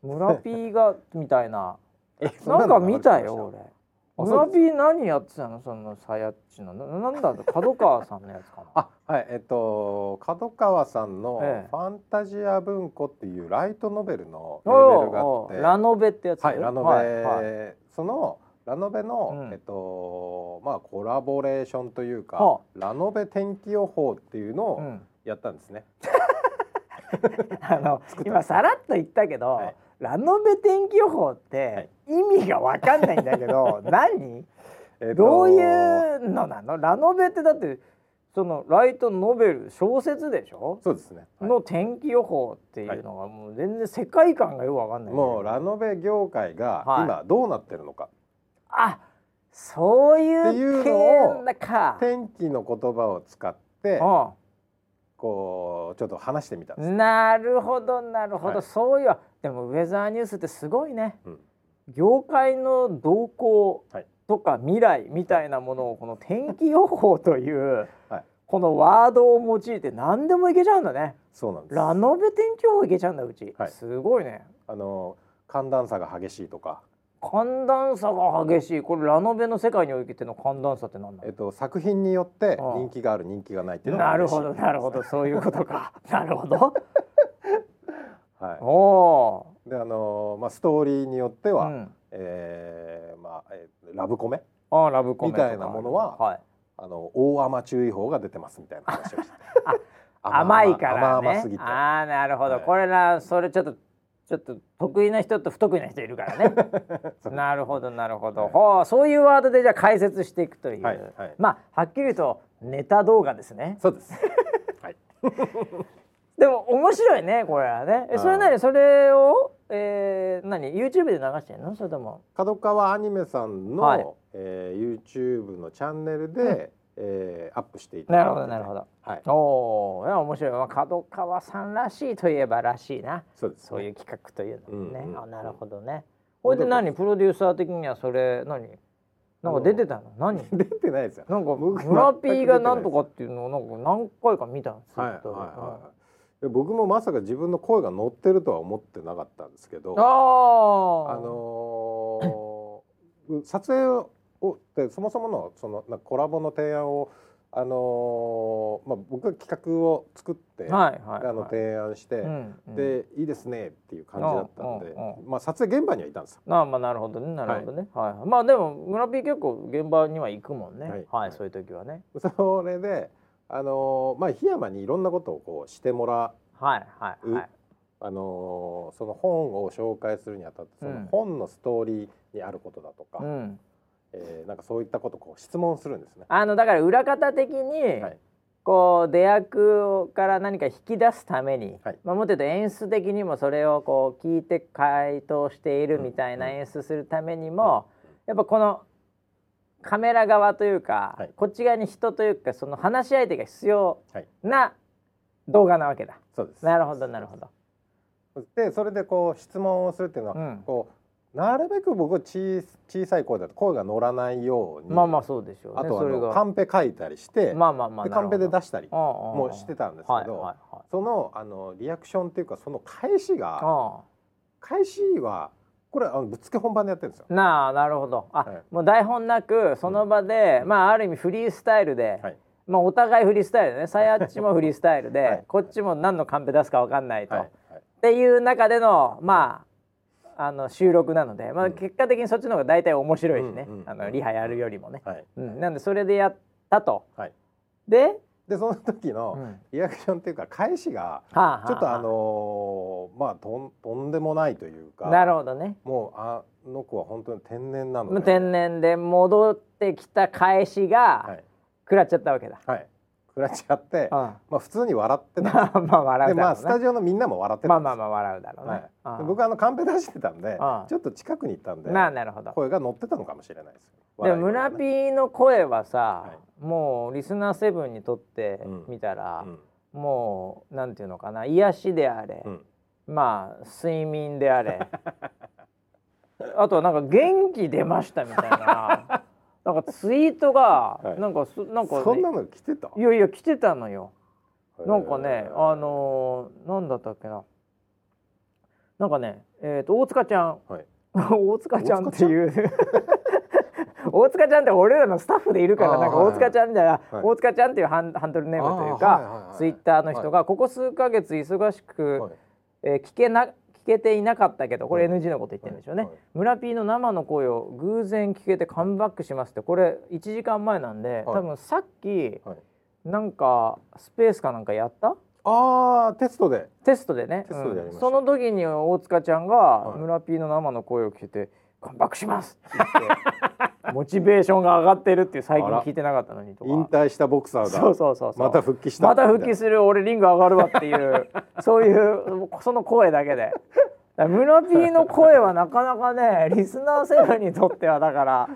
A: 村 P がみたいな
B: えそ
A: なん
B: の
A: か
B: 流
A: 見
B: れてきま
A: た
B: し
A: よ俺。
B: そ
A: 村
B: う
A: P 何やってたのそのさやっちのななんだろう角川さんのやつかな。
B: あはいえっと角川さんの
A: ええ
B: 「ファンタジア文庫」っていうライトノベルのレベルがあっ
A: おうお
B: て
A: うラノベってやつ。
B: はいラノベ、
A: はいはい
B: そのラノベの、
A: うん
B: えっとまあコラボレーションというか、
A: は
B: ラノベ天気予報っていうの
A: う
B: を
A: ん
B: やったんですね。
A: あの
B: 作った
A: 今さらっと言ったけど、
B: はい
A: ラノベ天気予報って意味がわかんないん だけど、何
B: えっと
A: どういうのなのラノベってだってそそのライトノベル小説でしょ、
B: そうですね、はい
A: の天気予報っていうのがもう全然世界観がよくわかんないんだけど
B: もうラノベ業界が
A: はい
B: 今どうなってるのか、
A: あそう
B: ってい
A: いうう
B: のを
A: 系だか
B: 天気の言葉を使って
A: あ
B: こうちょっと話してみたんです、
A: なるほどなるほど、
B: はい
A: そういうでもウェザーニュースってすごいね
B: うん
A: 業界の動向
B: はい
A: とか未来みたいなものをこの天気予報という、
B: はい
A: このワードを用いて何でもいけちゃうんだね
B: そうなんです
A: ラノベ天気予報いけちゃうんだうち、
B: はい
A: すごいね
B: あの寒暖差が激しいとか、
A: 寒暖差が激しいこれラノベの世界においての寒暖差って何な
B: え
A: の
B: っと、作品によって
A: ああ
B: 人気がある人気がないっていうのが
A: なる
B: 激しい
A: ほどなるほどそういうこと かなるほど
B: は
A: おー
B: いであのまあストーリーによって
A: う
B: は、
A: ん、
B: えーまあえーラブコメ
A: あーラブコメとか、
B: みたいなものはいあの大雨注意報が出てますみたいな話 をして
A: 甘いから
B: 甘
A: ね
B: 々すぎて
A: ああなるほど、
B: はい
A: これなそれちょっとちょっと得意な人と不得意な人いるから ね なるほどなるほど、
B: はい
A: ほうそういうワードでじゃあ解説していくという、
B: はいはい
A: まあはっきり言うとネタ動画ですね
B: そうです、はい、
A: でも面白いねこれはねえそれなりそれを、えー、何 YouTube で流してんのそれとも
B: 角川アニメさんの、
A: はい
B: えー YouTube のチャンネルで、えーアップしていただ
A: ないる
B: て
A: ほどなるほど
B: はい
A: おお面白い、まあ、角川さんらしいといえばらしいな
B: そうです
A: そういう企画というのもね、
B: うんうんうん
A: あなるほどねほいで何プロデューサー的にはそれ何なんか出てたの何 なんか
B: 出てないですよ僕
A: 村ピーが
B: 全く出てない
A: なんとかっていうのをなんか何回か見たんですよ
B: はいはい
A: ツイッターで
B: はい、で僕もまさか自分の声が乗ってるとは思ってなかったんですけど
A: うんあ
B: あのー撮影をでそもそものそのなんかコラボの提案をあのーまあ僕が企画を作って、
A: ーはいはい、はい、
B: あの提案して、
A: うんうん
B: でいいですねっていう感じだったんで、
A: うんうん
B: まあ撮影現場にはいたんですよ。
A: まあまあなるほどねなるほどね、はいはいまあでも村ピー結構現場には行くもんねは
B: はいい、はい
A: そういう時はね
B: それであのーまあ檜山にいろんなことをこうしてもら
A: はいはいうはい
B: あのーその本を紹介するにあたってそ
A: うん
B: の本のストーリーにあることだとか、
A: うん
B: えーなんかそういったことをこう質問するんですね。
A: あのだから裏方的に、
B: はい
A: こう出役から何か引き出すために、
B: はい
A: まあ、もっと言うと演出的にもそれをこう聞いて回答しているみたいな
B: うんうん
A: 演出するためにも、やっぱこのカメラ側というか、
B: はい
A: こっち側に人というかその話し相手が必要
B: はい
A: な動画なわけだ。
B: そうです。
A: なるほどなるほど。
B: でそれでこう質問をするっていうのは、
A: うん
B: こうなるべく僕は小小さい声だと声が乗らないように、
A: まあまあそうでしょうね。
B: あとは
A: それが
B: カンペ書いたりして、
A: まあまあまあ
B: でカンペで出
A: し
B: したり
A: も
B: もしてたんですけど、
A: はいはいはい。
B: そのあのリアクションっていうかその返しが
A: あ
B: 返しはこれあのぶっつけ本番でやってるんですよ。
A: あなあなるほど。あ、
B: はい
A: もう台本なくその場で、まあある意味フリースタイルで。
B: はい
A: まあ、お互いフリースタイルでねさやっちもフリースタイルで、
B: はい
A: こっちも何のカンペ出すか分かんないと、
B: はい
A: っ
B: はい
A: ていう中でのまああの収録なので、ま
B: う
A: あ、
B: ん
A: 結果的にそっちの方が大体面白いしね、
B: うんうんうん
A: あのリハやるよりもね、
B: はい
A: うん、なんでそれでやったと
B: はい
A: で、
B: でその時
A: うん
B: の
A: は
B: リアクションっていうか返しが
A: あは
B: ちょっとあのーまあとんとんでもないというか
A: なるほどね
B: もうあの子は本当に天然なの
A: も
B: で
A: う天然で戻ってきた返し
B: は
A: が
B: い
A: 食らっちゃったわけだ、
B: はい食らっちゃって、
A: うん
B: まあ普通に笑ってた
A: まあまあ笑
B: で
A: うだ
B: ま
A: ろ
B: あスタ
A: うね
B: ジオのみんなも笑って
A: ま
B: た
A: あま
B: んで
A: あまあ笑うだろう
B: す
A: ね、
B: はい
A: うん
B: で僕はあのカンペ出してたん
A: う
B: で
A: ん
B: ちょっと近くに行ったんで
A: なあなるほど
B: 声が乗ってたのかもしれないですよ
A: で
B: 笑い声が
A: 村
B: ね
A: P の声はさ、
B: は
A: もうリスナーセブンにとって
B: うん
A: みたら、
B: うん
A: もうなんていうのかな癒しであれ、
B: うん
A: まあ睡眠であれ あとはなんか元気出ましたみたい ななんかツイートが、
B: はい
A: なんかすなんか
B: そんなの来てた
A: いやいや来てたのよ。なんかね
B: へ、ー
A: あのー、なんだったっけな。なんかね、えっ、と大塚ちゃん、
B: はい
A: 大塚ちゃんっていう。 大塚ちゃんって俺らのスタッフでいるか
B: あ
A: ら
B: ー
A: なんか大塚ちゃんじゃ、
B: はい
A: 大塚ちゃんっていうハンハンドルネームという
B: あーはいはい
A: か
B: はい
A: ツイッターの人がここ数ヶ月忙しく、
B: はい
A: えー聞けな聞けていなかったけどこれ NG のこと言ってるんでしょうね、
B: はいはい
A: 村 P の生の声を偶然聞けてカムバックしますってこれ1時間前なんで、多分さっき
B: はい
A: なんかスペースかなんかやった
B: ああテストで
A: テストでね
B: テストでやりました
A: うんその時に大塚ちゃんが
B: い
A: 村 P の生の声を聞いて「カムバックします!」って言ってモチベーションが上がってるっていう最近
B: あら
A: 聞いてなかったのにとか
B: 引退したボクサーが
A: そうそうそうそう
B: また復帰した
A: また復帰する俺リング上がるわっていう そういうその声だけで。だから村 P の声はなかなかねリスナーセブンにとってはだから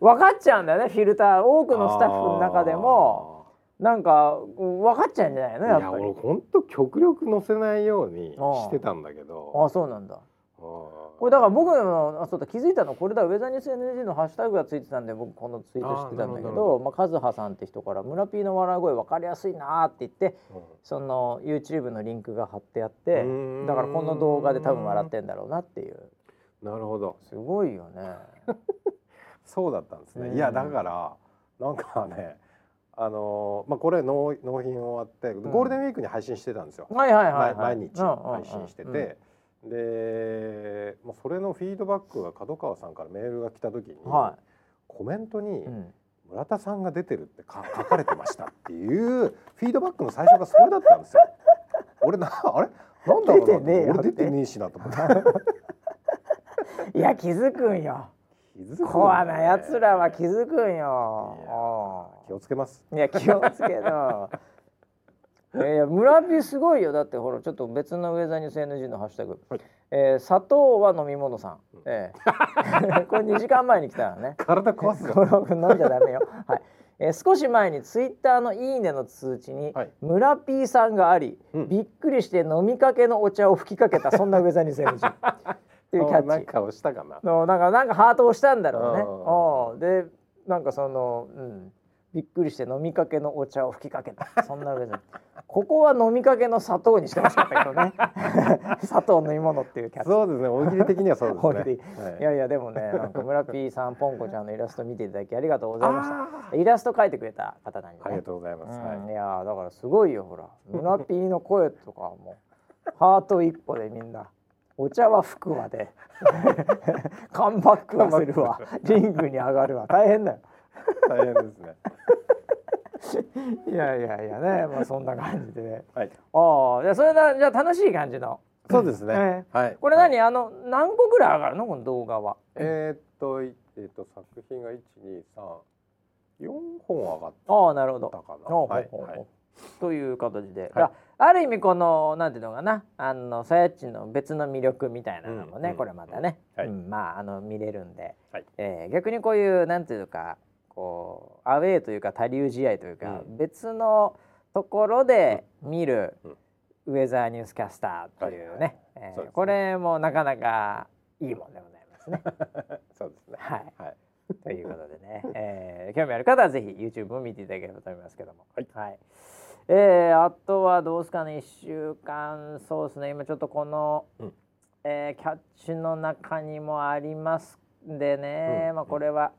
A: 分かっちゃうんだよねフィルター多くのスタッフの中でもなんかうん分かっちゃうんじゃない
B: あ
A: の
B: ー
A: やっ
B: いや
A: ぱり
B: 俺ほんと極力乗せないようにしてたんだけ
A: あ
B: ど
A: あそうなんだこ
B: こ
A: れだから僕のあそうだ気づいたのこれだウェザーニュース NG のハッシュタグがついてたんで僕このツイートしてたんだけ
B: あーなるほどなる
A: どまあ、カズハさんって人から「村 P の笑い声分かりやすいな」って言ってその YouTube のリンクが貼ってあって
B: うーん
A: だからこの動画で多分笑ってんだろうなっていう
B: なるほど
A: すごいよね。
B: そうだったんですね、
A: うん
B: いやだからなんかねあのーまあこれ納納品終わって
A: ん
B: ゴールデンウィークに配信してたんですよ、
A: はいはいはい、はい、
B: 毎毎日
A: うんうんうん
B: 配信してて、でもうそれのフィードバックが角川さんからメールが来た時に、
A: うんは
B: コメントに
A: い、うん
B: 「村田さんが出てる」ってか書かれてましたっていうフィードバックの最初がそれだったんですよ。 俺なあれなんだろうなと思っ
A: 出てねえよ
B: 俺出てねえしな と思って
A: いや気づくんよ
B: 気づくんだよね
A: コアなやつらは気づくんよ。うん
B: 気をつけます。
A: いや気をつけな。いやいや村ピすごいよだってほらちょっと別のウェザーニュース NG のハッシュタグ、
B: はい
A: えー砂糖は飲み物さん、ええ これ2時間前に来たのね
B: 体壊す
A: こ
B: よ。
A: れを飲んじゃダメよ、はいえー少し前にツイッターの「いいね」の通知に
B: はい
A: 「村 P さんがあり、
B: うん
A: びっくりして飲みかけのお茶を吹きかけたそんなウェザーニュース NG」っていうキ ャ
B: そんな
A: ッチ
B: 顔したかな。
A: のなんかなんかハートをしたんだろうね
B: う
A: おうでなんかその、うん、びっくりして飲みかけのお茶を吹きかけたそんな上で ここは飲みかけの砂糖にしてほしかったけどね 砂糖飲み物っていうキャッチ
B: そうですね。大喜利的にはそうですね。
A: 大喜利
B: はい
A: いやいやでもねなんか村 P さんポンコちゃんのイラスト見ていただきありがとうございまし
B: あ
A: たイラスト描いてくれた方なんで、ね、
B: ーありがとうございます。はい
A: うんいやーだからすごいよほら村 P の声とかはも うハート一個でみんなお茶は服は でカンバックはするわリングに上がるわ大変だよ
B: 大変ですね。
A: いやいやいやねまあそんな感じでね
B: はい。
A: ああじゃあそれだじゃあ楽しい感じの
B: そうですね。
A: え
B: はい。
A: これ何、
B: はい
A: あの何個ぐらい上がるのこの動画は
B: えーっといえーっと作品が一二三四本上がっ
A: ああなるほど
B: たかな。
A: ほうほ
B: は
A: う
B: い。
A: ほうほう
B: はい
A: という形で、あある意味このなんていうのかなあのさやっちの別の魅力みたいなのもね、
B: うん
A: これまたね、
B: うんはい
A: うんまああの見れるんで、
B: はい
A: えー逆にこういうなんていうかこうアウェーというか他流試合というか、
B: う
A: 別のところで見る、
B: うん
A: ウェザーニュースキャスターというね,、えー
B: そうですね
A: これもなかなかいいもんでございますね。
B: そうですね。
A: はい
B: はい。
A: ということで ね、えー興味ある方はぜひ YouTube を見ていただければと思いますけども、
B: はい
A: えーあとはどうですかね1週間そうですね今ちょっとこの、
B: うん
A: えーキャッチの中にもありますんでね、
B: うん
A: まあ、これは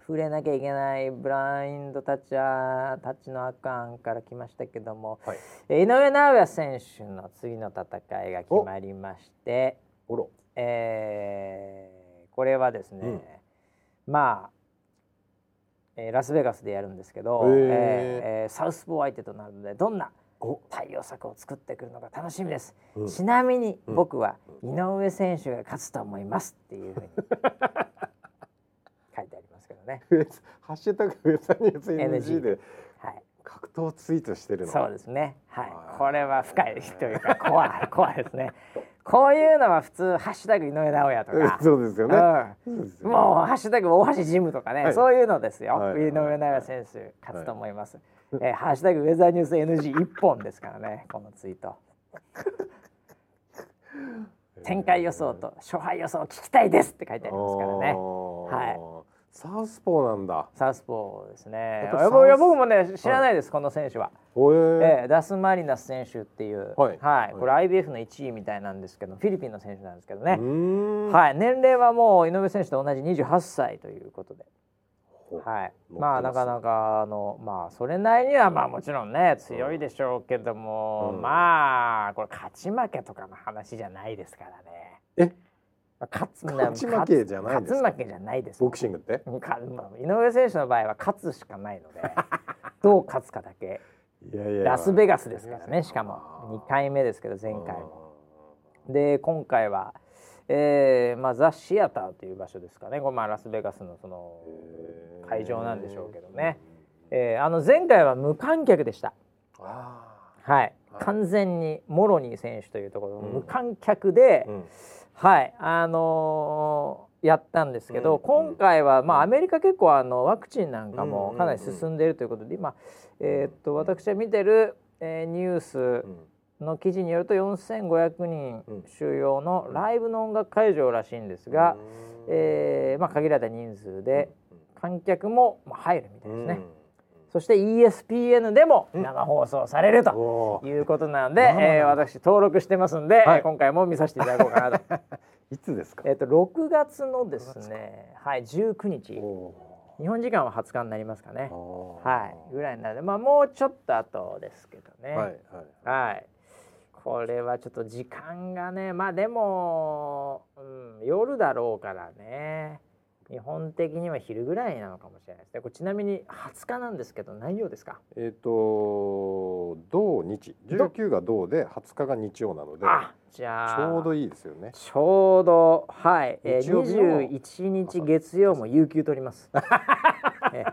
A: 触れなきゃいけないブラインドタッチャータッチのアカンから来ましたけども、
B: はい
A: えー井上尚弥選手の次の戦いが決まりまして。
B: おろ。
A: えーこれはですね、まあ、えーラスベガスでやるんですけど、
B: へー
A: えーえーサウスポー相手となるのでどんな
B: お。
A: 対応策を作ってくるのか楽しみです、
B: うん
A: ちなみに
B: うん
A: 僕は井上選手が勝つと思いますっていうふ うに書いてありますけどね、
B: ウエスハッシュタグウェザニュース NG で
A: はい、
B: 格闘ツイートしてるの。
A: そうですね。は
B: はい、
A: い、これは深いというか、コア、コアですね。こういうのは普通ハッシュタグ井上尚弥とか
B: そうですよね。
A: うん
B: そうですよね
A: もうハッシュタグ大橋ジムとかね、
B: はい
A: そういうのですよ。
B: はい
A: 井上尚弥選手勝つと思います。えーハッシュタグウェザーニュース NG 一本ですから ね、このツイート。展開予想と勝敗予想を聞きたいですって書いてありますからね。
B: はい。サウスポーなんだ。
A: サウスポーですね
B: や。っ
A: い
B: ぱサウス
A: や僕もね知らないです、この選手は。
B: おえ
A: えーダスマリナス選手っていう、
B: はい
A: これ IBF の1位みたいなんですけど、フィリピンの選手なんですけど
B: え。
A: ね
B: う。ーん。
A: はい、年齢はもう井上選手と同じ28歳ということで。
B: ほ
A: はい、
B: 持
A: まあ
B: ってま
A: なか
B: す
A: なかあのまあそれなりにはまあもちろんね強いでしょうけども、
B: うん
A: まあこれ勝ち負けとかの話じゃないですからね。
B: え
A: まあ勝つ
B: 勝ち負けじゃないんですか
A: 勝つ負けじゃないです。
B: ボクシングって。
A: かまあ井上選手の場合は勝つしかない のでどう勝つかだけ
B: いやいや。
A: ラスベガスですからねしか
B: あ
A: も
B: ー
A: 2回目ですけど前回も。で今回は、えーまあ、ザ・シアターという場所ですかねこれ、まあ、ラスベガスのその、会場なんでしょうけどね。えーあの前回は無観客でした、
B: あ
A: はい
B: はい
A: 完全にモロニー選手というところの
B: うん
A: 無観客で、
B: ーうん
A: はいあのーやったんですけど、
B: うん
A: 今回は、まあ、アメリカ結構あのワクチンなんかも
B: うん
A: かなり進んでいるということで今、えーっと私が見てる、えーニュース
B: うん
A: の記事によると4500人
B: うん
A: 収容のライブの音楽会場らしいんですが、
B: うん
A: えーまあ、限られた人数で
B: うん
A: 観客もまあ入るみたいですね。
B: うん
A: そして ESPN でも
B: うん
A: 生放送されると
B: おー
A: いうことなので、
B: 生なんだ
A: えー私登録してますんで、
B: はい
A: えー今回も見させていただこう かなと。
B: いつですか
A: えっと6月のですね、はい19日、
B: お
A: 日本時間は20日になりますかね
B: ー。おー
A: はい、ぐらいになるので、まあもうちょっと後ですけどね。
B: はいはい
A: はい。これはちょっと時間がね、まあでも、うん、夜だろうからね。日本的には昼ぐらいなのかもしれないですね。これちなみに20日なんですけど、内容ですか。
B: えっ、と土日
A: ど
B: 19が土で20日が日曜なので
A: あ、じ
B: ち
A: ゃあ。
B: ょうどいいですよね
A: ちょうどはい、え
B: 日曜日の
A: ー、21日月曜も有給取り ます。えー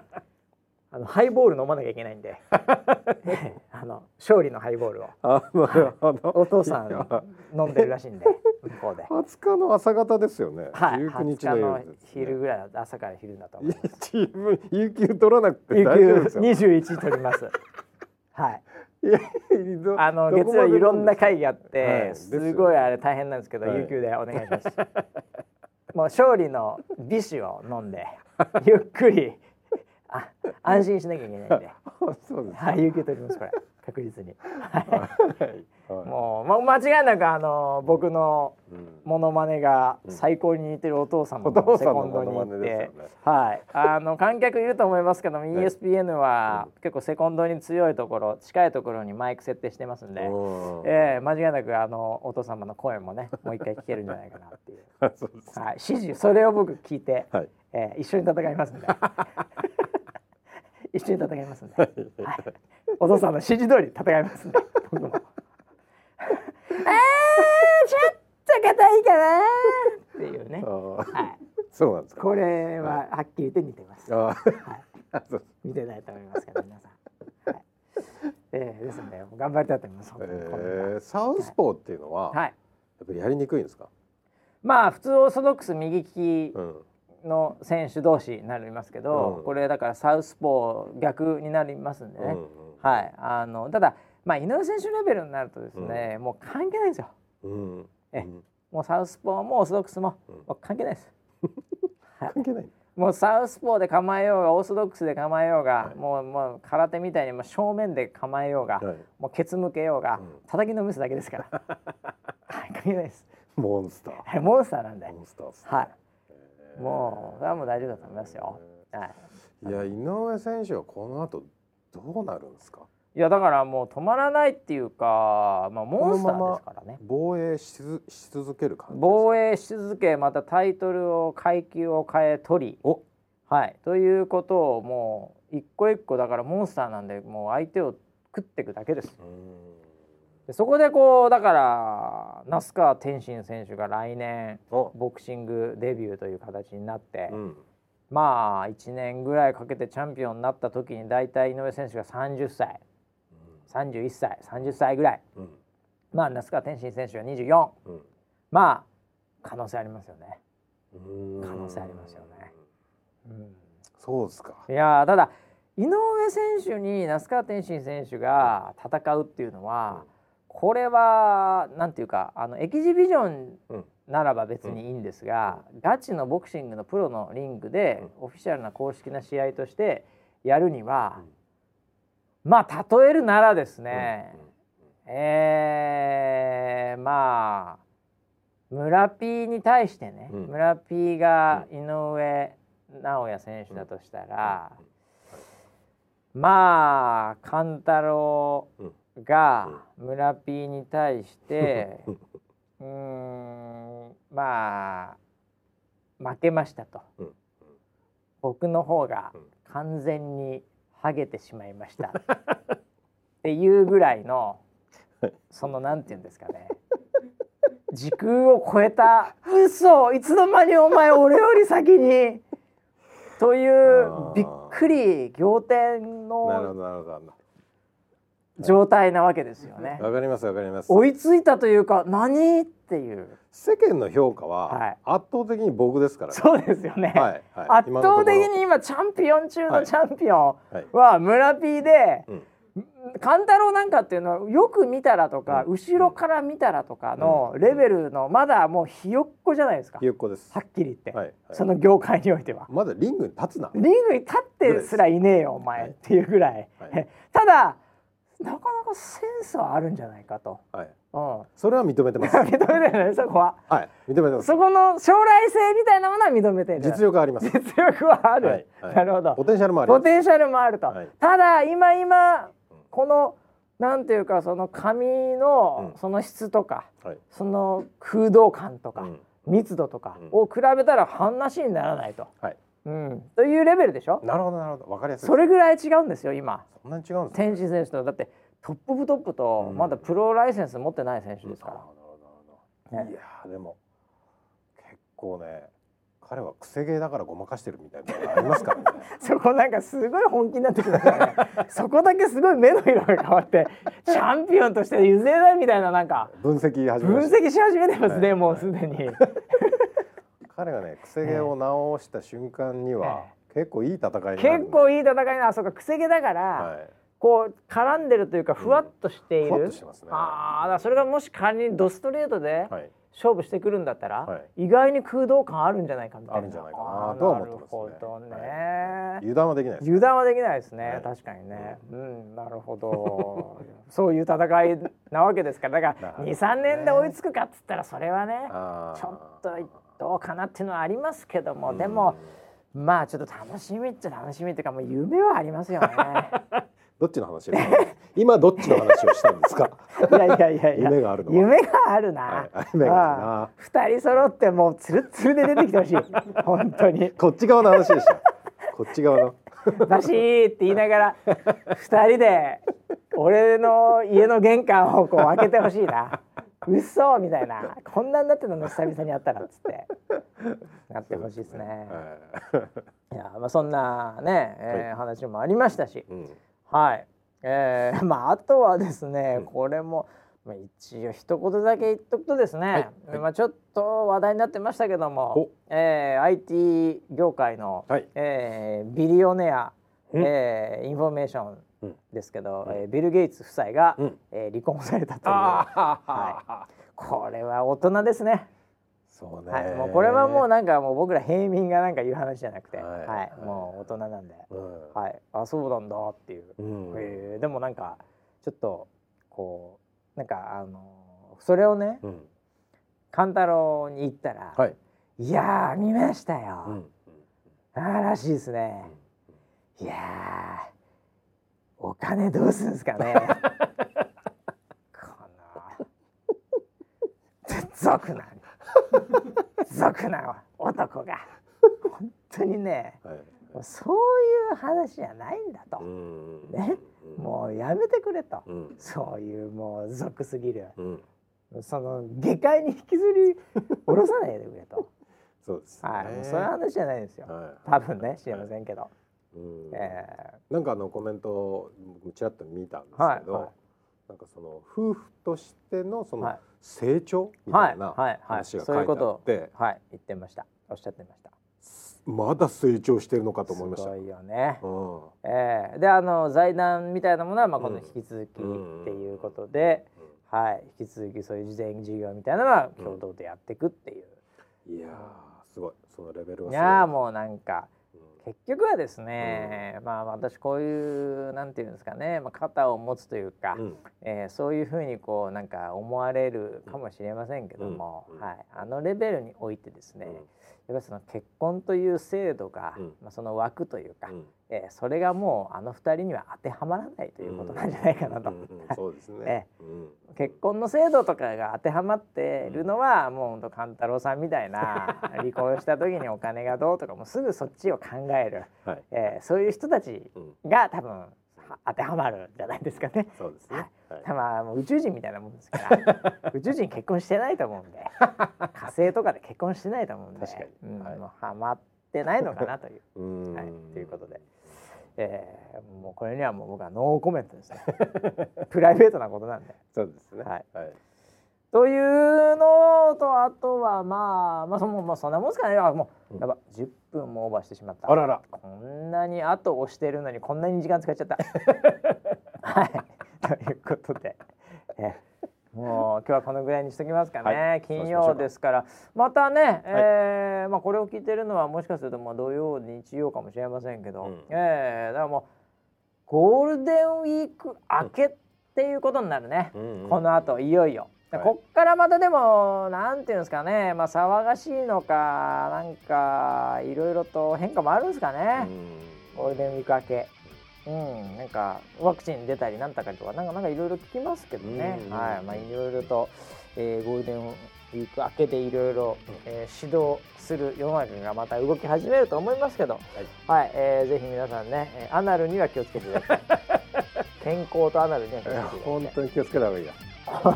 A: あのハイボール飲まなきゃいけないん で、えーあの勝利のハイボールを
B: あなるほど
A: お父さ
B: いや
A: ん飲んでるらしいんで、向こうで。
B: 20日の朝方ですよね、
A: はい、
B: 19
A: 20
B: 日
A: 日
B: の
A: の
B: 夜です、ね、
A: 昼ぐらいだと朝から昼だと思います。
B: チーム有給取らなくて
A: 有
B: 大丈夫です
A: 給
B: よ。
A: 21取り ます。はい。
B: いやいど
A: あの
B: ど
A: 月
B: こま
A: 曜
B: で
A: いろんな会議あっ
B: はい
A: て、
B: ですよね
A: すごいあれ大変なんですけど、
B: はい
A: 有給でお願いします。 もう勝利の美酒を飲んで、 ゆっくりあ安心しなきゃいけないんで、
B: そうです。
A: はい有給取りますこれ確実に。は
B: はい
A: い。
B: は
A: もうもう間違いなくあの僕の
B: い。うん
A: モノマネが最高に似てるお父様
B: お父
A: のセ
B: さんの
A: コンド
B: モ
A: に
B: ノマ
A: 行っ
B: ネです
A: て
B: よ。ね。
A: はい、あの観客いると思います けども ESPN は
B: うん
A: 結構セコンドに強いところ近いところにマイク設定してますんで、
B: うん
A: ええ間違いなくあのお父様の声もねもう一回聞けるんじゃないかなっていう、
B: そうです。
A: はい、指示それを僕聞いて、
B: はい。
A: ええ一緒に戦います んで一緒に戦いますんで、はい、お父さんの指示通り戦いますんで僕もあーちょっと硬いかなっていうね
B: あ、ー
A: はい、
B: そうなんですか。
A: これははっきり言って似てます。
B: あーそう
A: 見てないと思いますけど皆さん。はい、ええですので頑張りたいと思います。本当にこれは
B: えーサウスポーっていうのはや
A: はい。
B: っぱりやりにくいんですか。
A: まあ普通オーソドックス右利き
B: うん。
A: の選手同士になりますけど、
B: うん
A: これだからサウスポー逆になりますんでね。
B: は
A: はい。あのただまあ井上選手レベルになるとですね、もう関係ないんですよ。
B: い。うん。
A: え
B: うん
A: もうサウスポーもオーソドックスも,、
B: うん
A: もう関係ないです。
B: 関係ない。
A: もうサウスポーで構えようがオーソドックスで構えようが、
B: はい
A: もうもう空手みたいにもう正面で構えようが、
B: はい。
A: もうケツ向けようが、
B: うん
A: 叩きのミスだけですから。はい、関係ないです。
B: モンスター。
A: はいモンスターなんで。
B: モンスターですね。
A: はい。もう、それはもう大丈夫だと思いますよ。はい。
B: いや井上選手はこの後どうなるんですか。
A: いや、だから、もう止まらないっていうか、まあ、モンスターですからね。
B: 防衛しずし続ける感じですか。
A: 防衛し続け、またタイトルを階級を変え取り。
B: お
A: はい、ということを、もう一個一個だから、モンスターなんで、もう相手を食っていくだけです。
B: うん
A: でそこで、こう、だから、那須川天心選手が来年。
B: お
A: ボクシングデビューという形になって、
B: うん
A: まあ1年ぐらいかけてチャンピオンになった時に大体井上選手が30歳31歳30歳ぐらい
B: うん
A: まあ那須川天心選手が24
B: うん
A: まあ可能性ありますよね。
B: うん
A: 可能性ありますよね
B: そうですか
A: いやーただ井上選手に那須川天心選手が戦うっていうのは、これはなんていうかあのエキシビジョン
B: うん
A: ならば別にいいんですが、ガチのボクシングのプロのリングで、オフィシャルな公式な試合としてやるには、まあ例えるならですね、えーまあ村 P に対してね、
B: うん
A: 村 P が井上尚弥選手だとしたら、まあ勘太郎
B: うん
A: が村 P に対して、
B: う
A: うー
B: ん
A: んまあ負けましたと、
B: うん
A: 僕の方が
B: うん
A: 完全にハゲてしまいましたっていうぐらいのそのなんて言うんですかね時空を超えた嘘いつの間にお前俺より先にという
B: あー
A: びっくり仰天
B: なるほ
A: の
B: どなるほど
A: 状態なわけですよね。
B: わかりますわかります
A: 追いついたというか何っていう
B: 世間の評価
A: はい
B: は圧倒的に僕ですからね、
A: そうですよね、
B: はいはい
A: 圧
B: 今のとこ
A: 倒
B: ろ
A: 的に今チャンピオン中
B: は
A: の
B: い
A: チャンピオ
B: はい
A: ンは村 P で
B: う。ん
A: 勘太郎なんかっていうのはよく見たらとか、
B: うん
A: 後ろから見たらとかのレベルのまだもうひよっこじゃないですか、
B: ひよっこです
A: はっきり言って、
B: はいはい
A: その業界においては。
B: まだリングに立つな
A: リングに立ってすらいねえよお
B: は
A: 前
B: い
A: っていうぐらい、
B: はい
A: ただなかなかセンスはあるんじゃないかと、
B: はい
A: うん、
B: それは認めてま す
A: 認めてるねそこは
B: はい認めてます
A: そこの将来性みたいなものは認めてる
B: 実力あります
A: 実力はある、
B: はいはい
A: なるほど
B: ポテンシャルもありま
A: ポ
B: す
A: テンシャルもあると、
B: はい
A: ただ今今このなんていうかその紙の
B: うん
A: その質とか、
B: はい
A: その空洞感とか、
B: うん
A: 密度とか
B: うん
A: を比べたら話にならないと、
B: はい
A: うん、というレベルでしょ
B: なるほどなるほどわかりやすい
A: それぐらい違うんですよ今
B: そんなに違うんですね
A: 天心選手とだってトップオブトップと
B: うん
A: まだプロライセンス持ってない選手です
B: な
A: か
B: る
A: ら
B: ほ、どなるほど
A: ね
B: いやーでも結構ね彼は癖毛だからごまかしてるみたいなのがありますからね
A: そこなんかすごい本気になってくるんですよねそこだけすごい目の色が変わってチャンピオンとして譲れないみたいななんか
B: 分析始めま
A: 分
B: した
A: 析し始めてますね、
B: はい
A: もうすでに。
B: 彼がね癖毛を直した瞬間には
A: え
B: 結構いい戦いになる
A: 結構いい戦いなあそうかくせ毛だから、
B: はい
A: こう絡んでるというかふわっとしている、
B: ふわっとしてますね
A: ああだからそれがもし仮にドストレートで
B: はい
A: 勝負してくるんだったら、
B: は
A: 意外に空洞感あるんじゃないかみたいな
B: あるんじゃないかな
A: あー
B: とは思ってます
A: なる
B: ね
A: ほどね、
B: 油断はできないです
A: 油断はできないですね、
B: はい
A: 確かにね、うん、なるほど そういう戦いなわけですからだか
B: なる
A: ら
B: ほどね
A: 23年で追いつくかっつったらそれはね
B: あー
A: ちょっとどうかなっていうのはありますけども、
B: うん
A: でもまあちょっと楽しみっちゃ楽しみっていうかもう夢はありますよ ね。
B: どっちの話ですか今どっちの話をしたんで すか
A: いやいやいやいや
B: 夢があるのは
A: 夢があるな
B: はい。夢があるな
A: ああ二人揃ってもうつるつるで出てきてほし い。本当に
B: こっち側の話でしたこっち側の
A: バシーって言いながら二人で俺の家の玄関をこう開けてほしいな。嘘みたいなこんなになってたの久々に会ったらっつってなってほしいですね。
B: はい
A: いやまあそんなね、えー話もありましたし。
B: うん
A: はい。えー、 まああとはですね、
B: うん
A: これも、まあ、一応一言だけ言っとくとですね、
B: はい
A: まあちょっと話題になってましたけども
B: お、
A: えー、IT 業界の、
B: はい
A: えービリオネア、
B: うん
A: えーインフォメーション
B: うん
A: ですけど、
B: うん
A: えービル・ゲイツ夫妻が、
B: うん
A: えー離婚されたという。
B: ああ、
A: はこれは大人ですね。
B: そうね、
A: はい、もうこれはもうなんかもう僕ら平民がなんか言う話じゃなくて、
B: はい
A: はい、もう大人なんで、
B: うん、
A: はい、あそうなんだっていう。
B: うん
A: えーでもなんかちょっとこうなんかあのーそれをね
B: うん、
A: 勘太郎に言ったら「
B: はい、
A: い、やー見ましたよ、
B: うんうん、
A: あーらしいですね、いやーお金どうすんですかねこの俗な俗な男が本当にね
B: はい、
A: もうそういう話じゃないんだと、
B: ん
A: ね、もうやめてくれと。
B: うん、うん、
A: そういうもう俗すぎる
B: うん、
A: その下界に引きずり下ろさないでくれ と
B: そうです、ね、
A: はい、もうそういう話じゃないですよ
B: は
A: 多分ね知りませんけど、
B: い、うん、
A: え
B: なんかあのコメントを僕ちらっと見たんですけど、
A: はいはい
B: なんかその夫婦としてのそ
A: は
B: の
A: い
B: 成長み
A: ー、
B: た
A: はいい
B: な
A: はいはい
B: 話
A: そ
B: が
A: うい
B: 書いうて
A: こ
B: あ
A: と
B: って、
A: をはい言ってましたおっしゃってました
B: まだ成長してるのかと思いました。
A: す
B: う
A: ごいよね、
B: ん、は
A: えー、であの財団みたいなものはまあ
B: うん
A: この引き続きっていうことで、はい引き続きそういう事前事業みたいなのは共同でやっていくっていう、
B: いやー、すごい、そのレベルはすごい。
A: いやーもうなんか
B: う、ん、
A: 結局はですね、まあ私こういうなんていうんですかね、まあ、肩を持つというか、
B: うん、
A: えーそういうふうにこうなんか思われるかもしれませんけども、
B: うんうん
A: はい、あのレベルにおいてですね、
B: うん
A: やっぱりその結婚という制度が、
B: うん
A: まあ、その枠というか、
B: うん
A: えーそれがもうあの二人には当てはまらないということなんじゃない かなと。
B: うんうんうんそうですね
A: え。
B: うん
A: 結婚の制度とかが当てはまっているのは、もう本当勘太郎さんみたい な離婚した時にお金がどうとかもうすぐそっちを考える、
B: はい。
A: えーそういう人たち
B: うん
A: が多分は当てはまるんじゃないですかね。
B: そうですね。
A: はい
B: はい
A: まあもう宇宙人みたいなもんですから 宇宙人結婚してないと思うんで火星とかで結婚してないと思うんで
B: 確かに
A: うん
B: はい
A: もうハマってないのかなという、
B: うーん
A: はい、ということで、えー、もうこれにはもう僕はノーコメント ですねプライベートなことなんで。
B: そうですね。
A: はい
B: はい。
A: というのとあとはまあまあそ,、まあ、そんなもんですかねあも
B: うん
A: うやば10分もオーバーしてしまった。
B: あらら。
A: こんなに後押してるのにこんなに時間使っちゃ った。はい。ということで、えもう今日はこのぐらいにしときますかね。
B: はい
A: 金曜ですから、またね、えーまあこれを聞いてるのはもしかするとまあ土曜日曜かもしれませんけど、
B: うん
A: えーだからもうゴールデンウィーク明けっていうことになるね。
B: うんうん
A: この後いよいよ。で
B: はい
A: こっからまたでもなんていうんですかね、まあ、騒がしいのかなんかいろいろと変化もあるんですか
B: う
A: ね、
B: ん
A: ゴールデンウィーク明け、うん、なんかワクチン出たりなんだかとかなんかなんかいろいろ聞きますけどね、
B: うん
A: はいまあ、いろいろと、えーゴールデンウィーク明けでいろいろ
B: うん
A: えー指導する世の中がまた動き始めると思いますけど、はいえーぜひ皆さんねえーアナルには気をつけてくだ さい健康とアナルには気をつけてください。
B: 本当に気をつけた方 がいいや。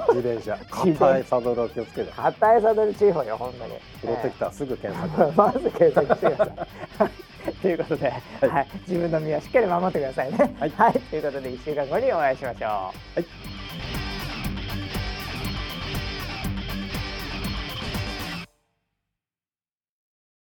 B: 自転車。硬いサドルを気をつけて。
A: 硬いサドル注意報よ、本当に。
B: プロテクターすぐ検索。
A: えー まず検索してください。 ということで、はい、自分の身はしっかり守ってくださいね。はい、ということで、一週間後にお会いしましょう。
B: はい